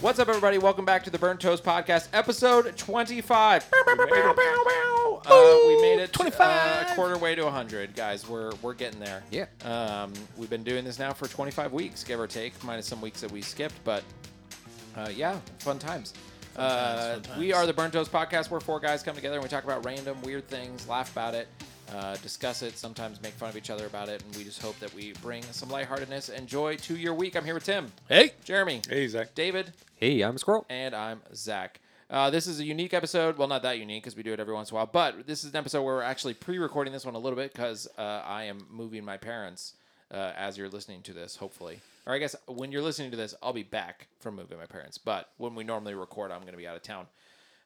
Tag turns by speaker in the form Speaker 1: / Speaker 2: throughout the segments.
Speaker 1: What's up, everybody? Welcome back to the Burnt Toast Podcast, episode 25. Uh, we made it
Speaker 2: 25.
Speaker 1: uh, quarter way to 100, guys. We're we're getting there.
Speaker 2: Yeah.
Speaker 1: Um, we've been doing this now for 25 weeks, give or take, minus some weeks that we skipped, but uh, yeah, fun times. uh,
Speaker 3: fun
Speaker 1: We
Speaker 3: times.
Speaker 1: are the Burnt Toast Podcast. We're four guys come together and we talk about random, weird things, laugh about it, uh, discuss it, sometimes make fun of each other about it, and we just hope that we bring some lightheartedness and joy to your week. I'm here with Tim,
Speaker 3: Hey.
Speaker 1: Jeremy,
Speaker 3: Hey, Zach.
Speaker 1: David,
Speaker 2: Hey, I'm a squirrel.
Speaker 1: and I'm Zach. Uh, this is a unique episode. Well, not that unique because we do it every once in a while, but this is an episode where we're actually pre recording this one a little bit because uh, I am moving my parents uh, as you're listening to this, hopefully. Or I guess when you're listening to this, I'll be back from moving my parents. But when we normally record, I'm going to be out of town.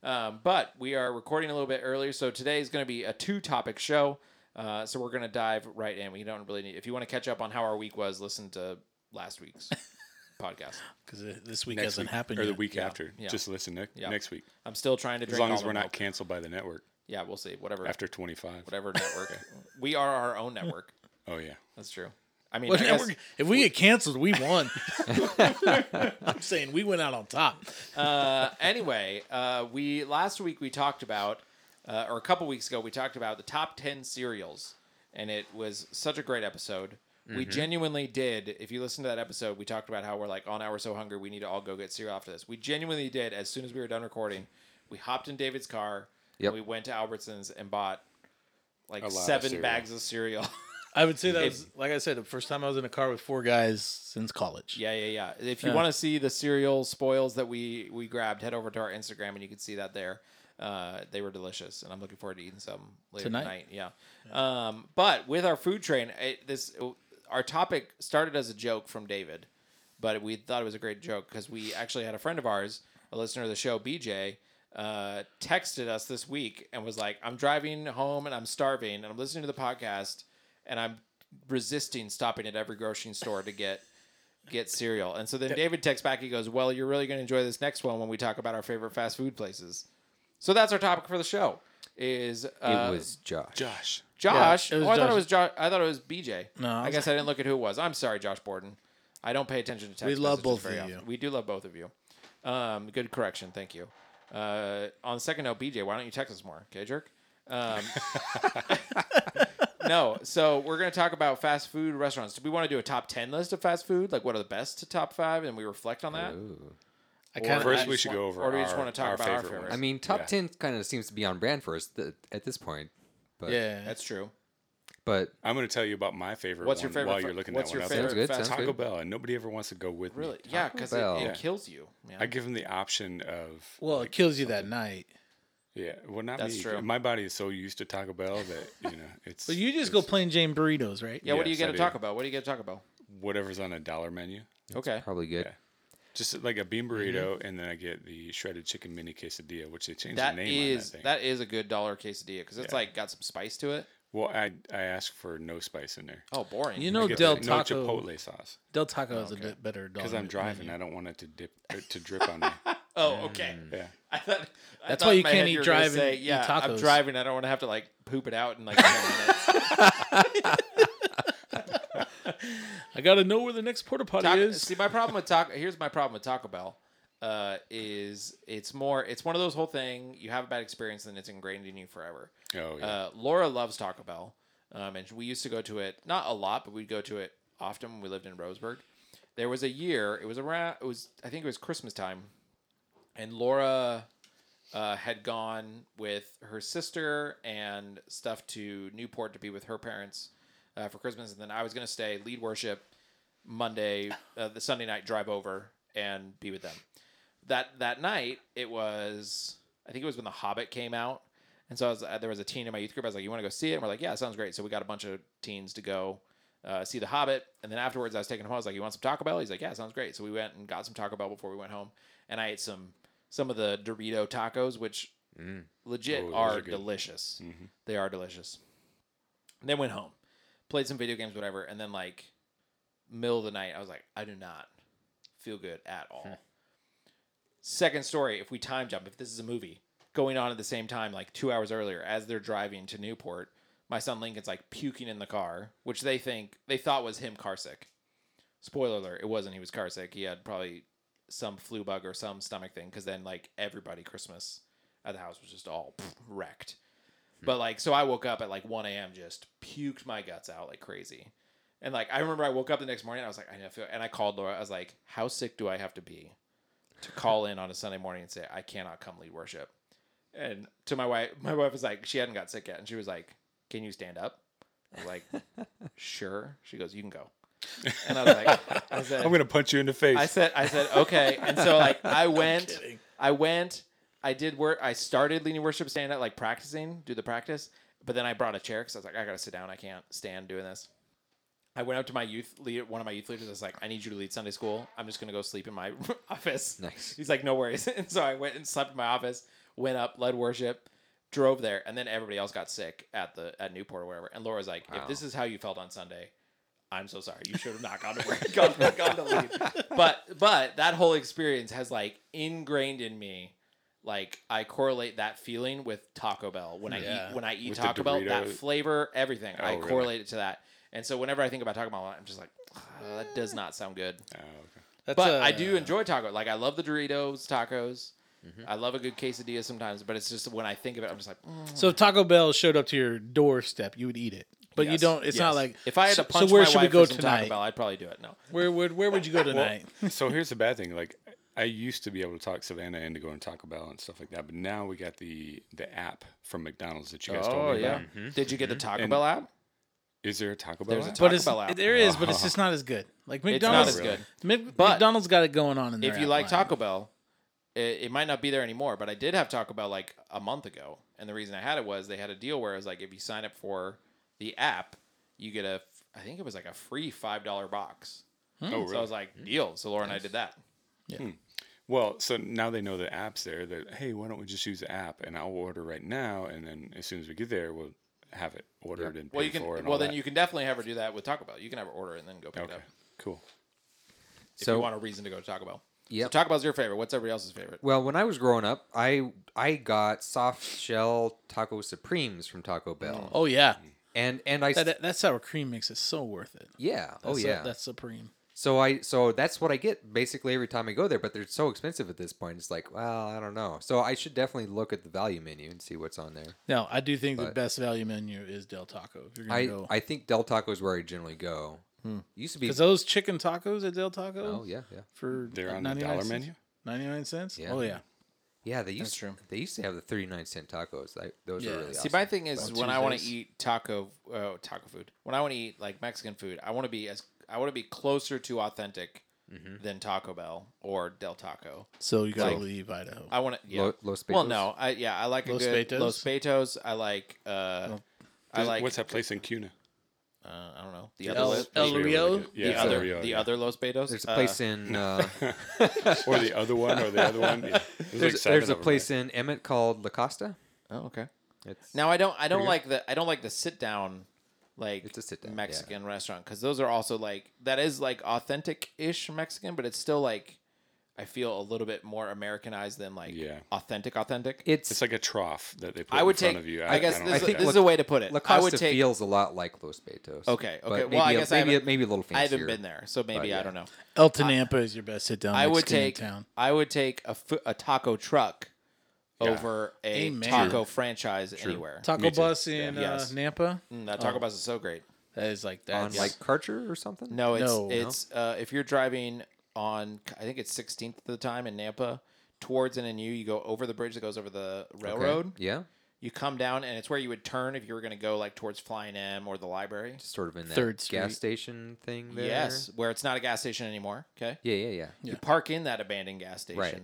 Speaker 1: Um, but we are recording a little bit earlier, so today is going to be a two-topic show. Uh, so we're going to dive right in. We don't really need. If you want to catch up on how our week was, listen to last week's podcast.
Speaker 3: Because this week
Speaker 4: next
Speaker 3: hasn't
Speaker 4: week,
Speaker 3: happened
Speaker 4: or
Speaker 3: yet.
Speaker 4: the week
Speaker 1: Yeah,
Speaker 4: after.
Speaker 1: yeah.
Speaker 4: Just listen ne-
Speaker 1: Yeah.
Speaker 4: next week,
Speaker 1: I'm still trying to drink.
Speaker 4: as long
Speaker 1: all
Speaker 4: as
Speaker 1: the
Speaker 4: we're
Speaker 1: milk.
Speaker 4: not canceled by the network
Speaker 1: Yeah, we'll see. Whatever.
Speaker 4: after 25.
Speaker 1: whatever network. we are our own network.
Speaker 4: Oh yeah,
Speaker 1: That's true. I mean,
Speaker 3: Well,
Speaker 1: I
Speaker 3: now
Speaker 1: guess,
Speaker 3: we're- if we get canceled, we won. I'm saying we went out on top.
Speaker 1: uh, anyway, uh, we last week we talked about, uh, or a couple weeks ago, we talked about the top ten cereals, and it was such a great episode. We
Speaker 4: Mm-hmm.
Speaker 1: genuinely did. If you listen to that episode, we talked about how we're like, on now we're so hungry, we need to all go get cereal after this. We genuinely did. As soon as we were done recording, we hopped in David's car.
Speaker 2: Yep.
Speaker 1: and We went to Albertsons and bought like
Speaker 4: lot of
Speaker 1: seven
Speaker 4: cereal.
Speaker 1: bags of cereal.
Speaker 3: I would say that was, like I said, the first time I was in a car with four guys since college.
Speaker 1: Yeah, yeah, yeah. If you want to see the cereal spoils that we we grabbed, head over to our Instagram and you can see that there. Uh, they were delicious, and I'm looking forward to eating some later
Speaker 3: Tonight?
Speaker 1: tonight. Yeah. Um, but with our food train, it, this our topic started as a joke from David, but we thought it was a great joke because we actually had a friend of ours, a listener of the show, BJ. Uh, texted us this week and was like, "I'm driving home and I'm starving and I'm listening to the podcast and I'm resisting stopping at every grocery store to get get cereal. And so then David texts back. He goes, "Well, you're really going to enjoy this next one when we talk about our favorite fast food places." So that's our topic for the show. Is uh,
Speaker 2: it was Josh.
Speaker 4: Josh.
Speaker 1: Josh?
Speaker 3: Yeah, it was
Speaker 1: oh, I thought
Speaker 3: Josh.
Speaker 1: it was Josh. I thought it was BJ.
Speaker 3: No, I
Speaker 1: I,
Speaker 3: was-
Speaker 1: guess I didn't look at who it was. I'm sorry, Josh Borden. I don't pay attention to text.
Speaker 3: We
Speaker 1: messages
Speaker 3: love both
Speaker 1: very
Speaker 3: of
Speaker 1: often.
Speaker 3: you.
Speaker 1: We do love both of you. Um, good correction. Thank you. Uh, on the second note, BJ, why don't you text us more? Okay, jerk. Um, no, so we're going to talk about fast food restaurants. Do we want to do a top 10 list of fast food? Like, what are the best to top five? And we reflect on that?
Speaker 2: Ooh.
Speaker 3: I
Speaker 1: Or-
Speaker 3: kind
Speaker 1: I
Speaker 4: First,
Speaker 3: of
Speaker 4: we
Speaker 1: just
Speaker 4: should
Speaker 1: want-
Speaker 4: go over.
Speaker 1: or do we just
Speaker 4: our,
Speaker 1: wanna talk
Speaker 4: our
Speaker 1: about our
Speaker 4: favorite
Speaker 1: favorites?
Speaker 4: ones.
Speaker 2: I mean, top
Speaker 4: Yeah.
Speaker 2: ten kind of seems to be on brand for us th- at this point. But,
Speaker 3: yeah.
Speaker 1: That's true.
Speaker 2: But
Speaker 4: I'm going to tell you about my favorite.
Speaker 1: What's your
Speaker 4: one
Speaker 1: favorite
Speaker 4: While
Speaker 1: fa-
Speaker 4: you're looking
Speaker 1: what's
Speaker 4: that
Speaker 1: your
Speaker 4: one
Speaker 1: favorite
Speaker 4: up,
Speaker 2: sounds good.
Speaker 1: fast
Speaker 2: Sounds
Speaker 4: Taco
Speaker 2: good.
Speaker 4: Bell, and nobody ever wants to go with
Speaker 1: Really?
Speaker 4: me.
Speaker 1: Yeah,
Speaker 2: Taco
Speaker 1: because it,
Speaker 2: Bell.
Speaker 1: it
Speaker 2: Yeah.
Speaker 1: kills you. Man.
Speaker 4: I give them the option of.
Speaker 3: well, it kills you that night.
Speaker 4: Yeah, well, not
Speaker 1: That's
Speaker 4: me.
Speaker 1: true.
Speaker 4: My body is so used to Taco Bell that you know it's.
Speaker 3: So you just go plain Jane burritos, right?
Speaker 1: yeah, what do you
Speaker 4: yes,
Speaker 1: get to
Speaker 4: I do.
Speaker 1: talk about? What do you get to talk about?
Speaker 4: whatever's on a dollar menu,
Speaker 1: Okay.
Speaker 2: probably good.
Speaker 4: Yeah. just like a bean
Speaker 1: Mm-hmm.
Speaker 4: burrito, and then I get the shredded chicken mini quesadilla, which they changed
Speaker 1: That
Speaker 4: the
Speaker 1: is
Speaker 4: name on that thing.
Speaker 1: that is a good dollar quesadilla because it's
Speaker 4: Yeah.
Speaker 1: like got some spice to it.
Speaker 4: Well, I I asked for no spice in there.
Speaker 1: Oh, boring.
Speaker 3: You
Speaker 4: I
Speaker 3: know,
Speaker 4: get
Speaker 3: Del
Speaker 4: the-
Speaker 3: Taco.
Speaker 4: no chipotle sauce
Speaker 3: Del Taco is a bit better.
Speaker 4: because
Speaker 3: dog
Speaker 4: I'm
Speaker 3: than-
Speaker 4: driving. I don't want it to dip or to drip on me.
Speaker 1: oh,
Speaker 4: Mm.
Speaker 1: okay.
Speaker 4: Yeah,
Speaker 1: I thought, I
Speaker 3: That's
Speaker 1: thought
Speaker 3: why
Speaker 1: in
Speaker 3: you
Speaker 1: my
Speaker 3: can't
Speaker 1: head
Speaker 3: eat
Speaker 1: were gonna
Speaker 3: drive and
Speaker 1: say,
Speaker 3: eat
Speaker 1: yeah, I'm
Speaker 3: tacos."
Speaker 1: driving. I don't want to have to like poop it out in like 10 minutes.
Speaker 3: I gotta know where the next porta potty
Speaker 1: Taco-
Speaker 3: is.
Speaker 1: see, my problem with Taco. Here's my problem with Taco Bell. Uh, is it's more it's one of those whole thing you have a bad experience and it's ingrained in you forever.
Speaker 4: Oh, yeah.
Speaker 1: Uh, Laura loves Taco Bell, um, and we used to go to it not a lot, but we'd go to it often when we lived in Roseburg. There was a year it was around it was I think it was Christmas time, and Laura uh, had gone with her sister and stuff to Newport to be with her parents uh, for Christmas, and then I was gonna stay lead worship Monday, uh, the Sunday night drive over and be with them. That that night it was I think it was when The Hobbit came out, and so I was uh, there was a teen in my youth group. I was like, "You want to go see it?" And we're like, "Yeah, sounds great." So we got a bunch of teens to go uh, see The Hobbit, and then afterwards I was taking him home. I was like, "You want some Taco Bell?" He's like, "Yeah, sounds great." So we went and got some Taco Bell before we went home, and I ate some some of the Dorito tacos, which legit
Speaker 4: Oh, those
Speaker 1: are,
Speaker 4: are good. Mm-hmm.
Speaker 1: delicious. They are delicious. And then went home, played some video games, whatever, and then like middle of the night, I was like, I do not feel good at all. Second story, if we time jump, if this is a movie going on at the same time, like two hours earlier, as they're driving to Newport, my son Lincoln's like puking in the car, which they think they thought was him car sick. Spoiler alert, it wasn't. He was car sick. He had probably some flu bug or some stomach thing because then like everybody Christmas at the house was just all wrecked. But like, so I woke up at like 1 a.m. just puked my guts out like crazy. And like, I remember I woke up the next morning. I was like, I know, feel. And I called Laura. I was like, How sick do I have to be to call in on a Sunday morning and say I cannot come lead worship? And to my wife, my wife was like, she hadn't got sick yet, and she was like, Can you stand up? I was like, Sure. She goes, You can go. And I was like, I said,
Speaker 4: I'm gonna punch you in the face.
Speaker 1: I said, I said, okay. And so like I went,
Speaker 3: kidding.
Speaker 1: I went, I did work. I started leading worship, stand up, like practicing, do the practice. But then I brought a chair because I was like, I gotta sit down. I can't stand doing this. I went up to my youth lead, one of my youth leaders. I was like, I need you to lead Sunday school. I'm just gonna go sleep in my office.
Speaker 2: Nice.
Speaker 1: He's like, no worries. And so I went and slept in my office. Went up, led worship, drove there, and then everybody else got sick at the at Newport or wherever. And Laura's like, if
Speaker 3: Oh.
Speaker 1: this is how you felt on Sunday, I'm so sorry. You should have not gone to work. gone, gone to leave. But but that whole experience has like ingrained in me. Like I correlate that feeling with Taco Bell when I
Speaker 3: Yeah.
Speaker 1: eat when I eat
Speaker 4: With the
Speaker 1: Taco Bell. That
Speaker 4: Dorito.
Speaker 1: flavor, everything.
Speaker 4: Oh,
Speaker 1: I
Speaker 4: really?
Speaker 1: correlate it to that. And so whenever I think about Taco Bell, I'm just like, "Ah, that does not sound good.
Speaker 4: Oh, okay.
Speaker 3: That's
Speaker 1: But I
Speaker 3: uh,
Speaker 1: do enjoy taco. Like I love the Doritos tacos.
Speaker 3: Mm-hmm.
Speaker 1: I love a good quesadilla sometimes, but it's just when I think of it, I'm just like, mm.
Speaker 3: So if Taco Bell showed up to your doorstep, you would eat it, but you
Speaker 1: Yes,
Speaker 3: don't. It's
Speaker 1: yes.
Speaker 3: not like
Speaker 1: if I had
Speaker 3: so-
Speaker 1: to punch
Speaker 3: So where
Speaker 1: my
Speaker 3: should
Speaker 1: wife
Speaker 3: we go
Speaker 1: for some Taco
Speaker 3: tonight?
Speaker 1: Bell, I'd probably do it. No,
Speaker 3: Where would where would you go tonight?
Speaker 4: so here's the bad thing. Like, I used to be able to talk Savannah into going to Taco Bell and stuff like that, but now we got the the app from McDonald's that you guys
Speaker 1: Oh,
Speaker 3: Oh,
Speaker 4: told me about. Mm-hmm.
Speaker 1: Did you get the Taco Bell app?
Speaker 4: Is there a Taco Bell?
Speaker 1: There's a
Speaker 4: app?
Speaker 1: Taco
Speaker 3: but it's
Speaker 1: Bell app.
Speaker 3: there is, but it's just not as good. Like
Speaker 1: It's not
Speaker 3: McDonald's,
Speaker 1: as good.
Speaker 3: Mc-
Speaker 1: But-
Speaker 3: McDonald's got it going on in there.
Speaker 1: If you like Taco Bell, it, it might not be there anymore. But I did have Taco Bell like a month ago, and the reason I had it was they had a deal where it was like if you sign up for the app, you get a I think it was like a free five dollar box.
Speaker 3: Hmm.
Speaker 4: oh,
Speaker 1: So I was like, deal. So Laura and I did that.
Speaker 4: Well, so now they know the app's there. That hey, why don't we just use the app and I'll order right now, and then as soon as we get there, we'll have it ordered and paid
Speaker 1: Well, you can.
Speaker 4: for. And
Speaker 1: Well,
Speaker 4: all
Speaker 1: then
Speaker 4: that.
Speaker 1: you can definitely have her do that with Taco Bell. You can have her order it and then go pick
Speaker 4: Okay,
Speaker 1: it up
Speaker 4: cool.
Speaker 1: if
Speaker 2: So-
Speaker 1: you want a reason to go to Taco Bell. So
Speaker 2: Yep.
Speaker 1: Taco Bell's your favorite. What's everybody else's favorite?
Speaker 2: Well, when I was growing up, I I got soft shell taco supremes from Taco Bell,
Speaker 3: oh yeah,
Speaker 1: Mm.
Speaker 2: and and I s-
Speaker 3: that, that sour cream mix is so worth it.
Speaker 2: yeah, oh
Speaker 3: That's su-
Speaker 2: yeah.
Speaker 3: that's supreme.
Speaker 2: so I so that's what I get basically every time I go there, but they're so expensive at this point. It's like, well, I don't know. So I should definitely look at the value menu and see what's on there.
Speaker 3: No, I do think the
Speaker 2: But-
Speaker 3: best value menu is Del Taco. If you're gonna
Speaker 2: I
Speaker 3: go,
Speaker 2: I think Del Taco is where I generally go.
Speaker 1: Hmm.
Speaker 2: Used to be.
Speaker 3: because those chicken tacos at Del Taco
Speaker 2: Oh yeah, yeah,
Speaker 3: for
Speaker 4: They're on the
Speaker 3: 99
Speaker 4: dollar
Speaker 3: cents?
Speaker 4: menu?
Speaker 3: 99 cents?
Speaker 2: Yeah.
Speaker 3: Oh yeah.
Speaker 2: yeah. They used
Speaker 1: true.
Speaker 2: they used to have the thirty nine cent tacos. I, those
Speaker 3: Yeah.
Speaker 2: were really
Speaker 1: See,
Speaker 2: awesome.
Speaker 1: my thing is
Speaker 3: Well,
Speaker 1: when I want to
Speaker 3: Tuesdays.
Speaker 1: eat taco, uh, taco food. When I want to eat like Mexican food, I want to be as I want to be closer to authentic than Taco Bell or Del Taco.
Speaker 3: So you gotta
Speaker 1: Like-
Speaker 3: leave Idaho.
Speaker 1: I want to. Yeah.
Speaker 2: Lo- Los
Speaker 1: well,
Speaker 2: Betos?
Speaker 1: no, I yeah, I like a
Speaker 3: Los
Speaker 1: good
Speaker 3: Betos?
Speaker 1: Los Betos. I like. uh I
Speaker 4: There's-
Speaker 1: like.
Speaker 4: what's that place in Cuna?
Speaker 1: Uh, I don't know the
Speaker 3: El-
Speaker 1: other. Los-
Speaker 3: El
Speaker 1: the
Speaker 4: Really
Speaker 3: Rio?
Speaker 4: good. Yeah, El
Speaker 1: other,
Speaker 4: Rio,
Speaker 1: the
Speaker 4: yeah.
Speaker 1: other Los Betos.
Speaker 2: There's a
Speaker 1: Uh,
Speaker 2: place in uh,
Speaker 4: or the other one, or the other one. Yeah. There's, like
Speaker 2: there's,
Speaker 4: seven
Speaker 2: there's a
Speaker 4: of 'em,
Speaker 2: place in Emmett called La Costa.
Speaker 1: oh, okay.
Speaker 2: It's
Speaker 1: Now I don't I don't like the I don't like the sit down like
Speaker 2: It's a sit-down, yeah.
Speaker 1: Mexican restaurant cuz those are also like that is like authentic-ish Mexican but it's still like I feel a little bit more americanized than like
Speaker 4: Yeah.
Speaker 1: authentic authentic.
Speaker 2: it's,
Speaker 4: It's like a trough that they put
Speaker 1: I would
Speaker 4: in front
Speaker 1: take
Speaker 4: of you.
Speaker 1: I, guess
Speaker 4: don't
Speaker 1: this,
Speaker 4: like
Speaker 1: is,
Speaker 4: that.
Speaker 1: this is a way to put it.
Speaker 2: La
Speaker 1: I
Speaker 2: Costa
Speaker 1: would take
Speaker 2: feels a lot like Los Betos.
Speaker 1: Okay,
Speaker 2: but
Speaker 1: okay.
Speaker 2: Maybe
Speaker 1: Well, I
Speaker 2: a-
Speaker 1: guess I
Speaker 2: maybe a,
Speaker 1: haven't-
Speaker 2: maybe a little fancier.
Speaker 1: I haven't been there, so maybe I
Speaker 2: yeah.
Speaker 1: don't know.
Speaker 3: El Tenampa is your best sit down.
Speaker 1: I would
Speaker 3: Mexican in
Speaker 1: take
Speaker 3: town.
Speaker 1: I would take a, fu- a taco truck over a
Speaker 3: Amen.
Speaker 1: taco franchise anywhere.
Speaker 3: Taco Bus in
Speaker 1: Yeah. Yes.
Speaker 3: uh, Nampa.
Speaker 1: Mm, that
Speaker 3: Oh.
Speaker 1: taco bus is so great.
Speaker 3: That is like
Speaker 2: On
Speaker 3: that.
Speaker 2: like Karcher or something.
Speaker 1: No, it's
Speaker 3: No.
Speaker 1: it's uh, if you're driving on I think it's 16th of the time in Nampa towards NNU, you go over the bridge that goes over the
Speaker 2: Okay.
Speaker 1: railroad.
Speaker 2: Yeah,
Speaker 1: You come down and it's where you would turn if you were going to go like towards Flying M or the library.
Speaker 2: just sort of in that
Speaker 3: Third Street.
Speaker 2: gas station thing. There.
Speaker 1: Yes, where it's not a gas station anymore. Okay,
Speaker 2: Yeah, yeah, yeah.
Speaker 1: you park in that abandoned gas station.
Speaker 2: Right.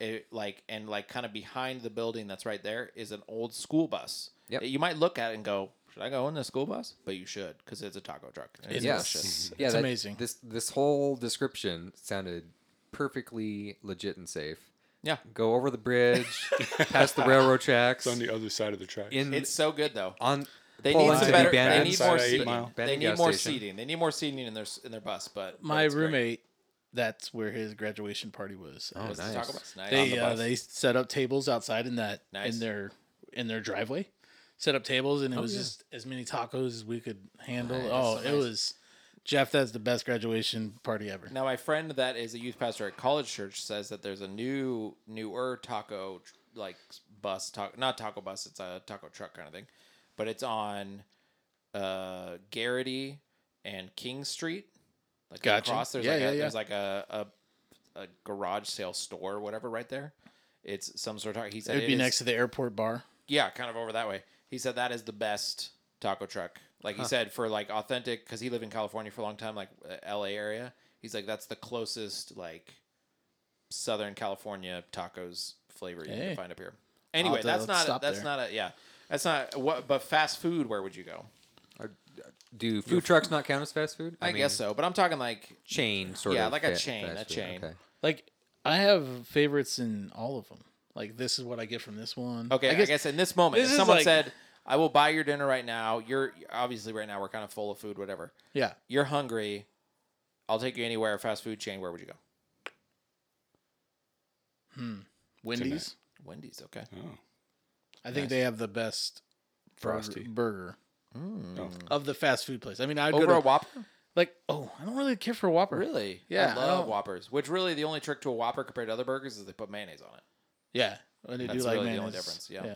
Speaker 1: It, like and like kind of behind the building that's right there is an old school bus.
Speaker 2: Yep.
Speaker 1: that You might look at it and go, "Should I go in the school bus?" But you should because it's a taco truck. and it's
Speaker 2: Yes.
Speaker 1: delicious.
Speaker 2: yeah,
Speaker 3: It's
Speaker 2: that-
Speaker 3: amazing.
Speaker 2: This this whole description sounded perfectly legit and safe.
Speaker 1: Yeah,
Speaker 2: Go over the bridge, past the railroad tracks,
Speaker 4: It's on the other side of the track.
Speaker 2: in
Speaker 1: it's so good though.
Speaker 2: on.
Speaker 1: They
Speaker 2: pull
Speaker 1: need
Speaker 2: into
Speaker 1: some
Speaker 2: the
Speaker 1: better.
Speaker 2: abandoned-
Speaker 1: They need
Speaker 4: Side
Speaker 1: more
Speaker 4: of Eight
Speaker 1: seating.
Speaker 4: Mile.
Speaker 1: They
Speaker 2: abandoned
Speaker 1: need
Speaker 2: gas
Speaker 1: more
Speaker 2: station.
Speaker 1: seating. They need more seating in their s- in their bus. But
Speaker 3: my
Speaker 1: it's great.
Speaker 3: roommate, that's where his graduation party was. Uh,
Speaker 2: Oh,
Speaker 1: Was the
Speaker 2: nice.
Speaker 1: taco bus nice?
Speaker 3: they
Speaker 1: On the
Speaker 3: uh,
Speaker 1: bus.
Speaker 3: they set up tables outside in that
Speaker 1: Nice.
Speaker 3: in their in their driveway. Set up tables and it was just as many tacos as we could handle. Oh, it was Jeff, that's the best graduation party ever.
Speaker 1: Now, my friend that is a youth pastor at College Church says that there's a new, newer taco like bus, ta- not taco bus, it's a taco truck kind of thing, but it's on uh, Garrity and King Street. Like
Speaker 3: Gotcha.
Speaker 1: across, there's
Speaker 3: Yeah,
Speaker 1: like
Speaker 3: yeah,
Speaker 1: a,
Speaker 3: yeah.
Speaker 1: there's like a, a a garage sale store, or whatever, right there. It's some sort of. taco- He said
Speaker 3: It'd be
Speaker 1: it is-
Speaker 3: next to the airport bar.
Speaker 1: yeah, kind of over that way. He said that is the best taco truck. Like he said, for like authentic, because he lived in California for a long time, like uh, L.A. area. He's like, that's the closest like Southern California tacos flavor you
Speaker 3: Hey.
Speaker 1: can find up here. Anyway,
Speaker 3: have to
Speaker 1: that's not a,
Speaker 3: stop
Speaker 1: that's
Speaker 3: there.
Speaker 1: not a yeah, that's not what. But fast food, where would you go?
Speaker 2: Do food trucks not count as fast food?
Speaker 1: I, guess so, but I'm talking like
Speaker 2: chain sort
Speaker 1: Yeah,
Speaker 2: of.
Speaker 1: like a
Speaker 2: fa-
Speaker 1: chain,
Speaker 2: fast
Speaker 1: a
Speaker 2: food,
Speaker 1: chain.
Speaker 2: okay.
Speaker 3: Like I have favorites in all of them. Like this is what I get from this one.
Speaker 1: okay. I guess, in this moment,
Speaker 3: this
Speaker 1: if
Speaker 3: is
Speaker 1: someone
Speaker 3: like-
Speaker 1: said, "I will buy your dinner right now," you're obviously right now we're kind of full of food, whatever.
Speaker 3: Yeah.
Speaker 1: You're hungry. I'll take you anywhere. Fast food chain. Where would you go?
Speaker 3: Wendy's.
Speaker 1: Wendy's. Okay.
Speaker 4: Oh,
Speaker 3: I think they have the best burger-
Speaker 4: Frosty.
Speaker 3: burger
Speaker 4: Oh.
Speaker 3: of the fast food place. I mean, I'd
Speaker 1: Over
Speaker 3: go
Speaker 1: a
Speaker 3: to
Speaker 1: Whopper?
Speaker 3: like oh, I don't really care for Whopper.
Speaker 1: Really?
Speaker 3: Yeah,
Speaker 1: I
Speaker 3: I
Speaker 1: love
Speaker 3: don't-
Speaker 1: Whoppers. Which really the only trick to a Whopper compared to other burgers is they put mayonnaise on it.
Speaker 3: Yeah, and they
Speaker 1: That's
Speaker 3: do like
Speaker 1: really the
Speaker 3: mayonnaise.
Speaker 1: only difference, yeah.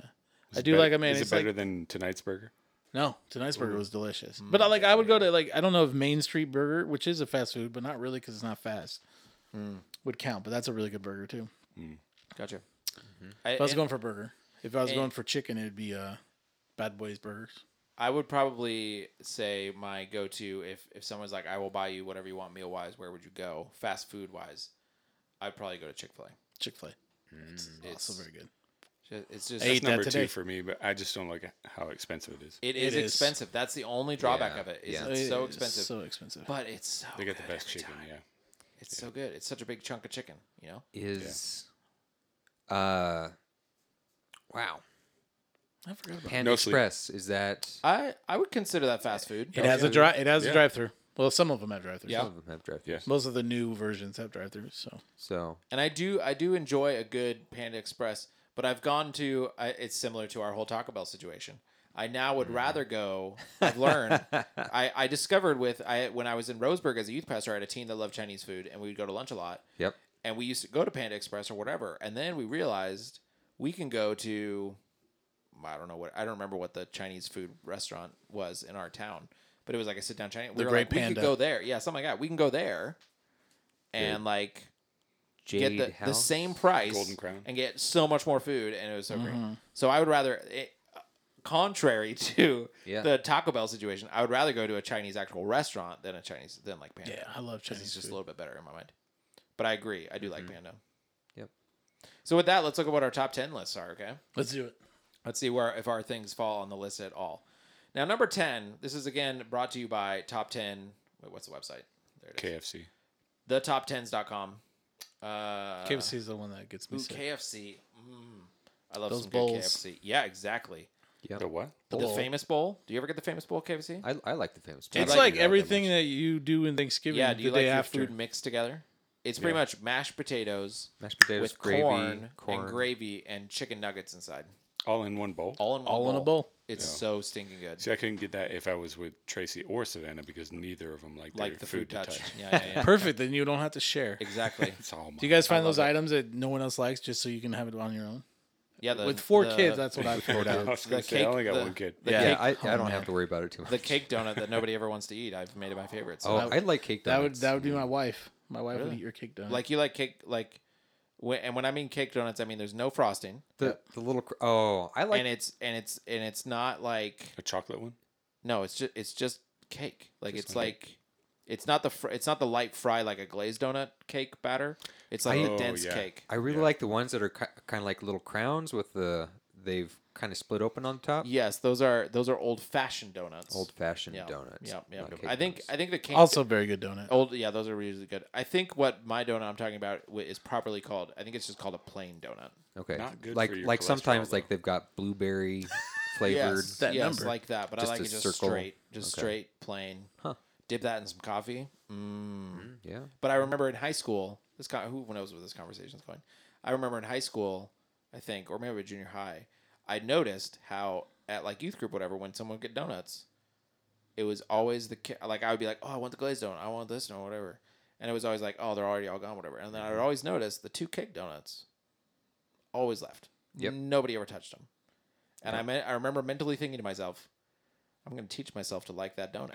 Speaker 3: I do
Speaker 4: bet-
Speaker 3: like a mayonnaise.
Speaker 4: Is it better Mm.
Speaker 3: like-
Speaker 4: than tonight's burger?
Speaker 3: no, tonight's burger was delicious. But I like I would go to like I don't know if Main Street Burger, which is a fast food, but not really because it's not fast,
Speaker 4: Mm.
Speaker 3: would count. But that's a really good burger too.
Speaker 1: Gotcha.
Speaker 3: If I
Speaker 1: Mm-hmm. I,
Speaker 3: was going for burger, if I was
Speaker 1: and-
Speaker 3: going for chicken, it'd be uh, Bad Boys Burgers.
Speaker 1: I would probably say my go to if, if someone's like, I will buy you whatever you want meal wise, where would you go? Fast food wise, I'd probably go to Chick fil A.
Speaker 3: Chick Fil A.
Speaker 1: Mm. It's,
Speaker 3: Also very good.
Speaker 1: it's just,
Speaker 3: I ate
Speaker 4: It's
Speaker 3: that
Speaker 4: number
Speaker 3: today.
Speaker 4: two for me, but I just don't like how expensive it is.
Speaker 1: it is
Speaker 3: It is.
Speaker 1: expensive. That's the only drawback
Speaker 2: Yeah,
Speaker 1: of it. Is
Speaker 2: yeah.
Speaker 1: It's so
Speaker 3: It's
Speaker 1: expensive.
Speaker 3: So expensive.
Speaker 1: but it's so
Speaker 4: They got the
Speaker 1: good
Speaker 4: best
Speaker 1: every
Speaker 4: chicken,
Speaker 1: time.
Speaker 4: yeah.
Speaker 1: It's so good. It's such a big chunk of chicken, you know?
Speaker 2: Is uh wow.
Speaker 3: I forgot about
Speaker 2: Panda
Speaker 4: No sleep.
Speaker 2: Express is that
Speaker 1: I, I would consider that fast food.
Speaker 3: it. It has a drive. It has
Speaker 4: Yeah.
Speaker 3: a drive through. Well, some of them have drive throughs.
Speaker 1: Yeah.
Speaker 2: some of them have drive
Speaker 4: Yes.
Speaker 3: Most of the new versions have drive throughs. So
Speaker 2: So
Speaker 1: and I do I do enjoy a good Panda Express, but I've gone to I, it's similar to our whole Taco Bell situation. I now
Speaker 3: Hmm.
Speaker 1: would rather go. I've learned. I, I discovered with I when I was in Roseburg as a youth pastor, I had a team that loved Chinese food, and we would go to lunch a lot.
Speaker 2: Yep.
Speaker 1: And we used to go to Panda Express or whatever, and then we realized we can go to I don't know what I don't remember what the Chinese food restaurant was in our town, but it was like a sit down Chinese. We
Speaker 3: The
Speaker 1: were
Speaker 3: Great
Speaker 1: like, we
Speaker 3: Panda.
Speaker 1: could go there. Yeah, something like that. We can go there, and like
Speaker 2: Jade
Speaker 1: get the, the
Speaker 2: House?
Speaker 1: same price
Speaker 4: Golden Crown.
Speaker 1: and get so much more food and it was so
Speaker 3: Mm-hmm.
Speaker 1: great so i would rather it, uh, contrary to
Speaker 2: Yeah.
Speaker 1: the taco bell situation i would rather go to a chinese actual restaurant than a chinese than like panda
Speaker 3: yeah, I love
Speaker 1: 'cause
Speaker 3: Chinese.
Speaker 1: it's just a
Speaker 3: food.
Speaker 1: little bit better in my mind but i agree i do like panda
Speaker 2: Yep.
Speaker 1: so with that let's look at what our top 10 lists are okay
Speaker 3: Let's do it.
Speaker 1: Let's see where if our things fall on the list at all. Now, number ten. This is again brought to you by Top Ten. Wait, what's the website? There it is.
Speaker 4: KFC.
Speaker 1: The TopTens.com. Uh,
Speaker 3: KFC is the one that gets me
Speaker 1: Ooh,
Speaker 3: sick.
Speaker 1: KFC. Mm. I love
Speaker 3: Those
Speaker 1: some
Speaker 3: bowls.
Speaker 1: good KFC. Yeah, exactly.
Speaker 4: The what?
Speaker 1: But the
Speaker 3: Bowl.
Speaker 1: famous bowl. Do you ever get the famous bowl at KFC?
Speaker 2: I, I like the famous.
Speaker 3: It's
Speaker 1: like
Speaker 3: like
Speaker 1: it
Speaker 2: that
Speaker 3: everything
Speaker 2: much.
Speaker 3: that you do in Thanksgiving.
Speaker 1: yeah. Do you
Speaker 3: the
Speaker 1: like
Speaker 3: day
Speaker 1: your
Speaker 3: after.
Speaker 1: food mixed together? It's pretty much mashed potatoes,
Speaker 2: mashed potatoes,
Speaker 1: with
Speaker 2: gravy,
Speaker 1: corn,
Speaker 2: corn.
Speaker 1: and gravy and chicken nuggets inside,
Speaker 4: All in one bowl?
Speaker 1: all in one
Speaker 3: all in a bowl.
Speaker 1: It's so stinking good.
Speaker 4: See, I couldn't get that if I was with Tracy or Savannah because neither of them like,
Speaker 1: like
Speaker 4: their
Speaker 1: the food, touch.
Speaker 4: touch.
Speaker 1: Yeah, yeah, yeah.
Speaker 3: Perfect. Then you don't have to share.
Speaker 1: exactly.
Speaker 4: It's all mine.
Speaker 3: Do you guys find those
Speaker 1: it.
Speaker 3: items that no one else likes just so you can have it on your own?
Speaker 1: Yeah, the,
Speaker 3: With four
Speaker 1: the-
Speaker 3: kids, that's what I
Speaker 4: I
Speaker 3: figured out.
Speaker 4: was gonna
Speaker 1: the
Speaker 4: say,
Speaker 1: cake-
Speaker 4: I only got
Speaker 1: the-
Speaker 4: one kid.
Speaker 1: the
Speaker 2: Yeah,
Speaker 1: cake- Oh,
Speaker 2: I, I don't have to worry about it too much.
Speaker 1: the cake donut that nobody ever wants to eat. I've made it my favorite. So.
Speaker 2: oh, I like cake
Speaker 3: That would
Speaker 2: donuts.
Speaker 3: that would be my wife. My wife would
Speaker 1: Really?
Speaker 3: eat your cake donut.
Speaker 1: Mm-hmm. like you like cake like, when, and when I mean cake donuts, I mean there's no frosting.
Speaker 2: the, the little cr- oh, I like
Speaker 1: and it's and it's and it's not like
Speaker 4: A chocolate one?
Speaker 1: no, it's just it's just cake. Like
Speaker 4: Just
Speaker 1: it's
Speaker 4: like-
Speaker 1: like it's not the fr- it's not the light fry like a glazed donut cake batter. It's like
Speaker 4: Oh,
Speaker 1: a dense
Speaker 4: yeah.
Speaker 1: cake.
Speaker 2: I really like the ones that are ki- kind of like little crowns with the they've kind of split open on top.
Speaker 1: Yes, those are those are old fashioned donuts.
Speaker 2: Old fashioned
Speaker 1: yeah,
Speaker 2: donuts.
Speaker 1: Yeah, yeah.
Speaker 2: not cake
Speaker 1: I think
Speaker 2: donuts.
Speaker 1: I think the cake
Speaker 3: also very good donut.
Speaker 1: old yeah those are usually good. I think what my donut I'm talking about wi- is properly called. I think it's just called a plain donut.
Speaker 2: okay.
Speaker 4: Not good
Speaker 2: like
Speaker 4: for your
Speaker 2: like
Speaker 4: cholesterol,
Speaker 2: sometimes
Speaker 4: though.
Speaker 2: like they've got blueberry flavored.
Speaker 1: Yes,
Speaker 3: that
Speaker 1: yes,
Speaker 3: number.
Speaker 1: like that. But
Speaker 2: Just
Speaker 1: I like
Speaker 2: a
Speaker 1: it just
Speaker 2: circle.
Speaker 1: straight, just
Speaker 2: Okay.
Speaker 1: straight plain.
Speaker 2: Huh.
Speaker 1: Dip that in some coffee. Mm.
Speaker 2: Yeah.
Speaker 1: But I remember in high school, this con- who knows where this conversation is going. I remember in high school, I think, or maybe junior high, I noticed how at like youth group, whatever, when someone would get donuts, it was always the ca- like I would be like, oh, I want the glazed donut, I want this donut, whatever, and it was always like, oh, they're already all gone, whatever, and then I would always notice the two cake donuts, always left.
Speaker 2: Yep.
Speaker 1: Nobody ever touched them, and I me- I remember mentally thinking to myself, I'm going to teach myself to like that donut